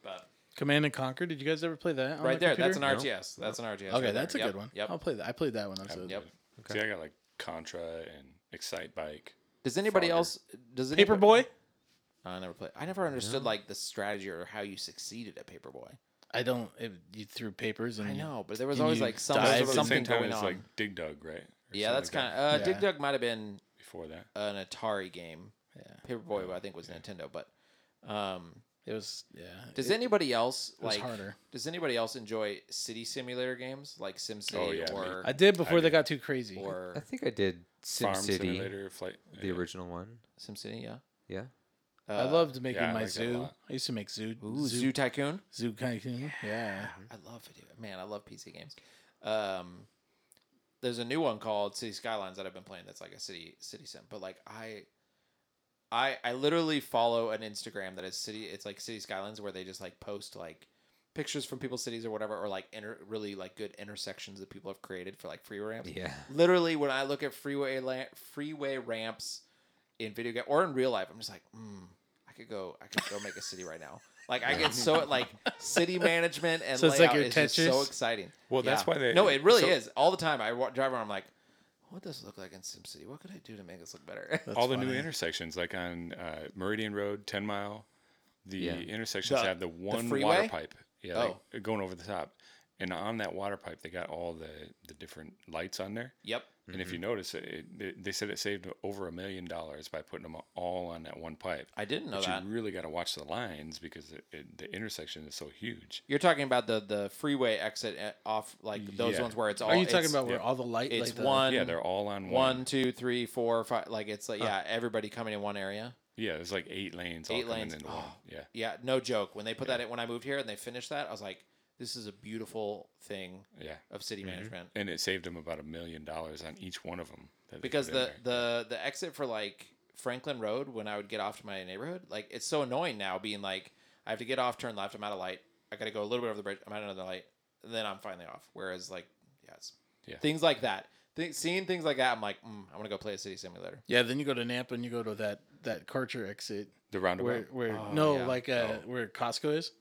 Speaker 1: But
Speaker 3: Command and Conquer. Did you guys ever play that? on
Speaker 1: right
Speaker 3: the
Speaker 1: there, that's an
Speaker 3: computer?
Speaker 1: RTS. That's an RTS.
Speaker 3: Okay,
Speaker 1: right
Speaker 3: that's a
Speaker 1: there. Yep,
Speaker 3: good one. Oh, I'll
Speaker 1: Yep.
Speaker 3: play that. I played that one. I was
Speaker 1: Yep.
Speaker 4: See, I got like Contra and Excite Bike.
Speaker 1: Does anybody
Speaker 4: Fogger.
Speaker 1: else? Does anybody,
Speaker 3: Paperboy.
Speaker 1: I never played. I never understood like the strategy or how you succeeded at Paperboy.
Speaker 3: I don't. If you threw papers and
Speaker 1: I
Speaker 3: you-
Speaker 1: know, but there was
Speaker 3: Can
Speaker 1: always
Speaker 3: you
Speaker 1: like some,
Speaker 3: dive?
Speaker 1: there's
Speaker 3: At the
Speaker 1: something
Speaker 4: time,
Speaker 1: going
Speaker 4: it's
Speaker 1: on.
Speaker 4: like Dig Dug, right? Or
Speaker 1: yeah,
Speaker 4: something
Speaker 1: that's kind
Speaker 4: like
Speaker 1: of uh, Dig
Speaker 3: Yeah.
Speaker 1: Dug might have been
Speaker 4: that before that.
Speaker 1: an Atari game.
Speaker 3: Yeah.
Speaker 1: Paperboy, I think, was Nintendo. But um,
Speaker 3: It was yeah.
Speaker 1: does
Speaker 3: it,
Speaker 1: anybody else
Speaker 3: was
Speaker 1: like?
Speaker 3: harder.
Speaker 1: Does anybody else enjoy city simulator games like SimCity
Speaker 4: Oh, yeah, me.
Speaker 1: or
Speaker 3: I did before
Speaker 4: I
Speaker 3: they
Speaker 4: did.
Speaker 3: got too crazy.
Speaker 1: or
Speaker 2: I think I did
Speaker 4: Farm
Speaker 2: SimCity,
Speaker 4: Simulator, Flight. uh,
Speaker 2: the original one.
Speaker 1: SimCity? Yeah,
Speaker 2: Yeah.
Speaker 3: I
Speaker 1: uh,
Speaker 3: loved making
Speaker 4: yeah, I
Speaker 3: my
Speaker 4: like that a
Speaker 3: zoo.
Speaker 4: lot.
Speaker 3: I used to make zoo.
Speaker 1: Ooh, Uh, Zoo,
Speaker 3: zoo.
Speaker 1: Tycoon.
Speaker 3: Zoo kind of. Yeah.
Speaker 1: I love video. Man, I love PC games. Um, there's a new one called City Skylines that I've been playing. That's like a city city sim. But like I, I I literally follow an Instagram that is city. It's like City Skylines where they just like post like pictures from people's cities or whatever, or like inter- really like good intersections that people have created for like freeway ramps.
Speaker 2: Yeah.
Speaker 1: Literally, when I look at freeway la- freeway ramps in video game or in real life, I'm just like, mm, I could go, I could go make a city right now. Like I get so like city management and
Speaker 3: So it's like
Speaker 1: layout
Speaker 3: your
Speaker 1: is just so
Speaker 3: Tetris?
Speaker 1: exciting.
Speaker 4: Well, that's why they-
Speaker 1: No, it really
Speaker 4: so-
Speaker 1: is all the time. I wa- drive around, I'm like, what does it look like in SimCity? What could I do to make this look better?
Speaker 4: all the new
Speaker 3: funny.
Speaker 4: intersections, like on uh, Meridian Road, Ten Mile, the
Speaker 2: Yeah.
Speaker 4: intersections
Speaker 1: The-
Speaker 4: have the
Speaker 1: the
Speaker 4: one
Speaker 1: freeway? Oh.
Speaker 4: water pipe. Yeah, like, uh, going over the top, and on that water pipe, they got all the the different lights on there.
Speaker 1: yep.
Speaker 4: And
Speaker 1: Mm-hmm.
Speaker 4: if you notice, it, it, they- they said it saved over a million dollars by putting them all on that one pipe.
Speaker 1: I didn't know
Speaker 4: But
Speaker 1: that.
Speaker 4: you really got to watch the lines because it, it, the intersection is so huge.
Speaker 1: You're talking about the the freeway exit at- off like those
Speaker 4: Yeah.
Speaker 1: ones where it's all.
Speaker 3: Are you talking
Speaker 1: it's-
Speaker 3: about where
Speaker 4: yeah.
Speaker 3: all the light?
Speaker 1: It's
Speaker 3: like the-
Speaker 1: one.
Speaker 4: Yeah, they're all on one.
Speaker 1: One, two, three, four, five. Like it's like yeah, everybody coming in one area.
Speaker 4: Yeah, there's like eight lanes. all
Speaker 1: Eight
Speaker 4: coming
Speaker 1: lanes.
Speaker 4: Into one.
Speaker 1: Oh.
Speaker 4: Yeah.
Speaker 1: Yeah, no joke. When they put that in, when I moved here and they finished that, I was like, this is a beautiful thing
Speaker 4: Yeah.
Speaker 1: of city
Speaker 3: Mm-hmm.
Speaker 1: management
Speaker 4: And it saved them about a million dollars on each one of them. that they
Speaker 1: because
Speaker 4: put in
Speaker 1: the
Speaker 4: there.
Speaker 1: the the exit for like Franklin Road when I would get off to my neighborhood, like it's so annoying now being like I have to get off, turn left, I'm out of light, I gotta go a little bit over the bridge, I'm out of another light, and then I'm finally off. Whereas like yes,
Speaker 4: Yeah.
Speaker 1: things like that, Th- seeing things like that, I'm like, mm, I want to go play a city simulator.
Speaker 3: Yeah. Then you go to Napa and you go to that that Karcher exit
Speaker 4: the roundabout.
Speaker 3: where where
Speaker 1: Oh,
Speaker 3: no
Speaker 1: yeah.
Speaker 3: like uh, where Costco is.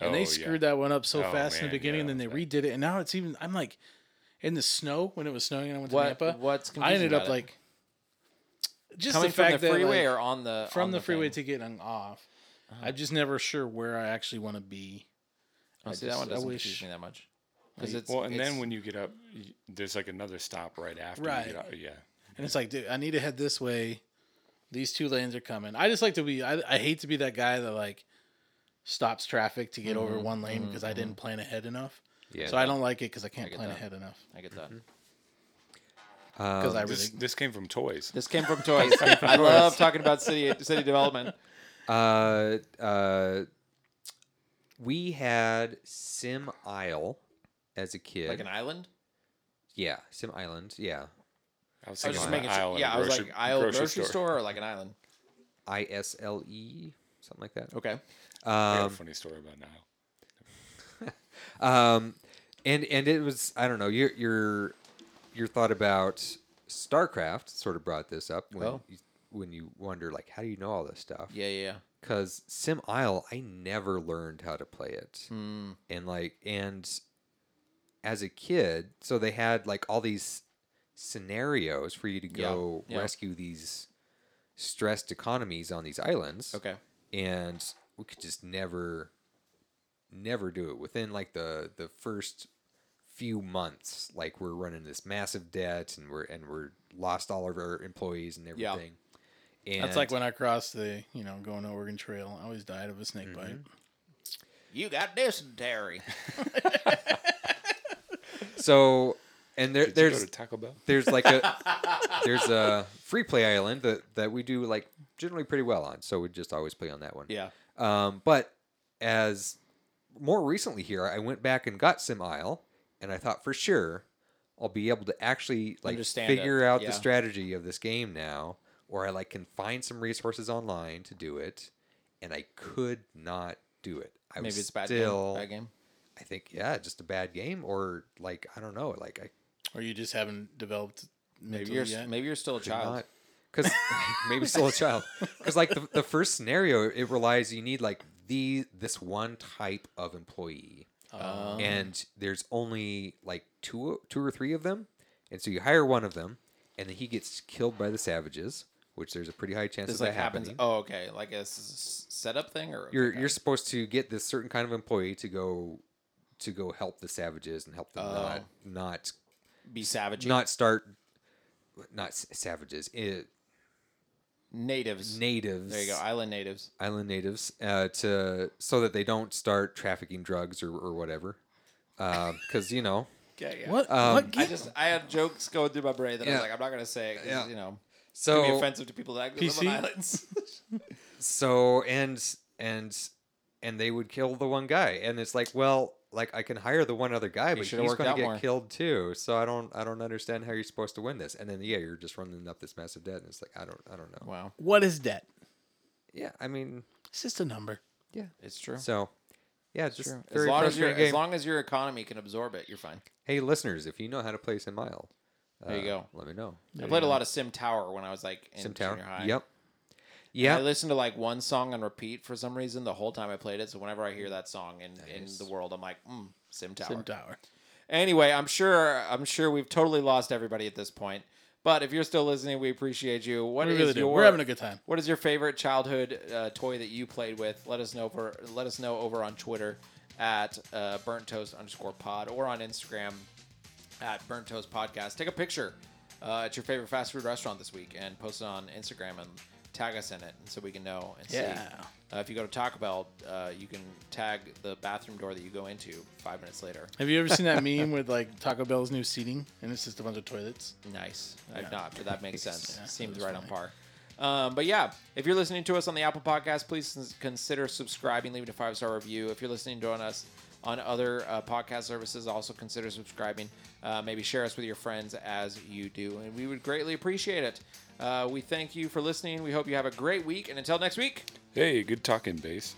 Speaker 3: and
Speaker 4: Oh,
Speaker 3: they
Speaker 4: yeah.
Speaker 3: screwed that one up so
Speaker 4: Oh,
Speaker 3: fast in
Speaker 4: man,
Speaker 3: the beginning,
Speaker 4: yeah,
Speaker 3: and then they
Speaker 4: that was
Speaker 3: redid it, and now it's even. I'm like, in the snow when it was snowing, and I went to
Speaker 1: What
Speaker 3: Napa.
Speaker 1: what's
Speaker 3: I
Speaker 1: confusing
Speaker 3: ended up
Speaker 1: about it?
Speaker 3: like, just
Speaker 1: coming
Speaker 3: the fact
Speaker 1: from the
Speaker 3: that
Speaker 1: freeway
Speaker 3: like,
Speaker 1: or on the
Speaker 3: from
Speaker 1: on
Speaker 3: the, freeway
Speaker 1: thing? Uh-huh.
Speaker 3: to getting off. I'm just never sure where I actually want to be.
Speaker 1: Oh,
Speaker 3: I
Speaker 1: see, that
Speaker 3: just-
Speaker 1: one
Speaker 3: I
Speaker 1: doesn't
Speaker 3: wish-
Speaker 1: confuse me that much. Because it's
Speaker 4: Well, and
Speaker 1: it's-
Speaker 4: then when you get up, y- there's like another stop right after.
Speaker 3: Right.
Speaker 4: You get up. Yeah.
Speaker 3: And it's like, dude, I need to head this way. These two lanes are coming. I just like to be. I, I hate to be that guy that like stops traffic to get
Speaker 1: Mm-hmm.
Speaker 3: over one lane because I didn't plan ahead enough.
Speaker 2: Yeah.
Speaker 3: so I don't like it because I can't
Speaker 1: get
Speaker 3: plan
Speaker 1: that.
Speaker 3: ahead enough.
Speaker 1: I get that.
Speaker 3: Because I
Speaker 4: This,
Speaker 3: really
Speaker 4: this came from toys.
Speaker 1: This came from toys. I love talking about city city development.
Speaker 2: Uh, uh, we had Sim Isle as a kid.
Speaker 1: Like an island.
Speaker 2: yeah, Sim Island. Yeah,
Speaker 4: I was
Speaker 1: I was
Speaker 4: thinking
Speaker 1: just
Speaker 4: about
Speaker 1: making
Speaker 4: aisle
Speaker 1: sure.
Speaker 4: in
Speaker 1: Yeah,
Speaker 4: a
Speaker 1: I was
Speaker 4: grocery-
Speaker 1: like aisle grocery,
Speaker 4: grocery
Speaker 1: store. or like an island.
Speaker 2: I S L E, something like that.
Speaker 1: Okay.
Speaker 4: I got a
Speaker 2: Um,
Speaker 4: funny story about an aisle.
Speaker 2: um, and and it was I don't know your your your thought about StarCraft sort of brought this up when
Speaker 1: Oh.
Speaker 2: you, when you wonder like how do you know all this stuff?
Speaker 1: Yeah, yeah. yeah.
Speaker 2: because Sim Isle, I never learned how to play it,
Speaker 1: Hmm.
Speaker 2: and like and as a kid, so they had like all these scenarios for you to
Speaker 1: Yeah,
Speaker 2: go
Speaker 1: yeah.
Speaker 2: rescue these stressed economies on these islands,
Speaker 1: Okay.
Speaker 2: and we could just never, never do it within like the the first few months. Like we're running this massive debt, and we're and we're lost all of our employees and
Speaker 1: Yeah.
Speaker 2: everything. And
Speaker 3: That's like when I crossed the, you know, going to Oregon Trail. I always died of a snake
Speaker 1: Mm-hmm.
Speaker 3: bite.
Speaker 1: You got dysentery.
Speaker 2: so. And there,
Speaker 4: Did
Speaker 2: there's
Speaker 4: you go to Taco Bell?
Speaker 2: there's like a there's a free play island that that we do like generally pretty well on so we just always play on that one
Speaker 1: yeah.
Speaker 2: um but as more recently here i went back and got sim isle and i thought for sure i'll be able to actually like
Speaker 1: Understand it,
Speaker 2: figure out
Speaker 1: yeah.
Speaker 2: the strategy of this game now or i like can find some resources online to do it and i could not do it i
Speaker 1: Maybe
Speaker 2: was
Speaker 1: it's bad
Speaker 2: still
Speaker 1: game. Bad game.
Speaker 2: i think yeah just a bad game or like i don't know like i
Speaker 3: Or you just haven't developed
Speaker 1: Maybe
Speaker 3: mentally
Speaker 1: you're
Speaker 3: yet.
Speaker 1: maybe you're still a child.
Speaker 2: because maybe still a child because like the, the first scenario it relies you need like the this one type of employee
Speaker 1: Um,
Speaker 2: and there's only like two two or three of them and so you hire one of them and then he gets killed by the savages which there's a pretty high chance
Speaker 1: this
Speaker 2: of
Speaker 1: like
Speaker 2: that
Speaker 1: happens.
Speaker 2: happening
Speaker 1: Oh, okay. Like a s- setup thing, or
Speaker 2: you're
Speaker 1: okay.
Speaker 2: you're supposed to get this certain kind of employee to go to go help the savages and help them
Speaker 1: Oh.
Speaker 2: not not
Speaker 1: be savage.
Speaker 2: not start not s- savages eh,
Speaker 1: natives.
Speaker 2: natives
Speaker 1: There you go. Island natives.
Speaker 2: island natives uh, to so that they don't start trafficking drugs or, or whatever because you know
Speaker 1: Yeah, yeah. Um,
Speaker 3: what? what
Speaker 1: I
Speaker 3: game?
Speaker 1: just I had jokes going through my brain that I was
Speaker 2: Yeah.
Speaker 1: like, I'm not gonna say it 'cause,
Speaker 2: Yeah.
Speaker 1: you know, it's
Speaker 2: so
Speaker 1: gonna be offensive to people that live
Speaker 3: PC?
Speaker 1: on islands.
Speaker 2: so and and and they would kill the one guy and it's like well like i can hire the one other guy but he's
Speaker 1: should've worked
Speaker 2: gonna
Speaker 1: out
Speaker 2: get
Speaker 1: more.
Speaker 2: killed too so i don't i don't understand how you're supposed to win this and then yeah you're just running up this massive debt and it's like i don't i don't know
Speaker 1: Wow,
Speaker 3: What is debt?
Speaker 2: yeah i mean
Speaker 3: It's just a number.
Speaker 2: yeah
Speaker 1: it's true.
Speaker 2: so yeah it's just
Speaker 1: True. As
Speaker 2: very
Speaker 1: long as, your,
Speaker 2: frustrating
Speaker 1: as
Speaker 2: game.
Speaker 1: long as your economy can absorb it, you're fine.
Speaker 2: hey listeners if you know how to play sim mile
Speaker 1: There
Speaker 2: Uh,
Speaker 1: you go.
Speaker 2: let me know
Speaker 1: I played a lot of Sim Tower when I was like in
Speaker 2: sim tower
Speaker 1: junior high.
Speaker 2: yep
Speaker 1: I
Speaker 2: yeah
Speaker 1: listened to like one song on repeat for some reason the whole time I played it. So whenever I hear that song in, in the world, I'm like, mm, Sim Tower.
Speaker 3: Sim Tower.
Speaker 1: Anyway, I'm sure I'm sure we've totally lost everybody at this point. But if you're still listening, we appreciate you. What
Speaker 3: We
Speaker 1: is
Speaker 3: really do.
Speaker 1: your
Speaker 3: We're having a good time.
Speaker 1: What is your favorite childhood uh, toy that you played with? Let us know over let us know over on Twitter at uh, burnt toast underscore pod or on Instagram at burnt toast podcast. Take a picture uh, at your favorite fast food restaurant this week and post it on Instagram and tag us in it so we can know and
Speaker 3: Yeah.
Speaker 1: see. Uh, if you go to Taco Bell, uh, you can tag the bathroom door that you go into five minutes later.
Speaker 3: Have you ever seen that meme with like Taco Bell's new seating and it's just a bunch of toilets?
Speaker 1: Nice. I've not, but that makes sense.
Speaker 3: Yeah,
Speaker 1: Seems
Speaker 3: that was
Speaker 1: right on
Speaker 3: funny.
Speaker 1: par. Um, but yeah, if you're listening to us on the Apple Podcast, please cons- consider subscribing, leaving a five star review. If you're listening to on us on other uh, podcast services, also consider subscribing. Uh, maybe share us with your friends as you do, and we would greatly appreciate it. Uh, we thank you for listening. We hope you have a great week, and until next week.
Speaker 4: Hey, good talking, bass.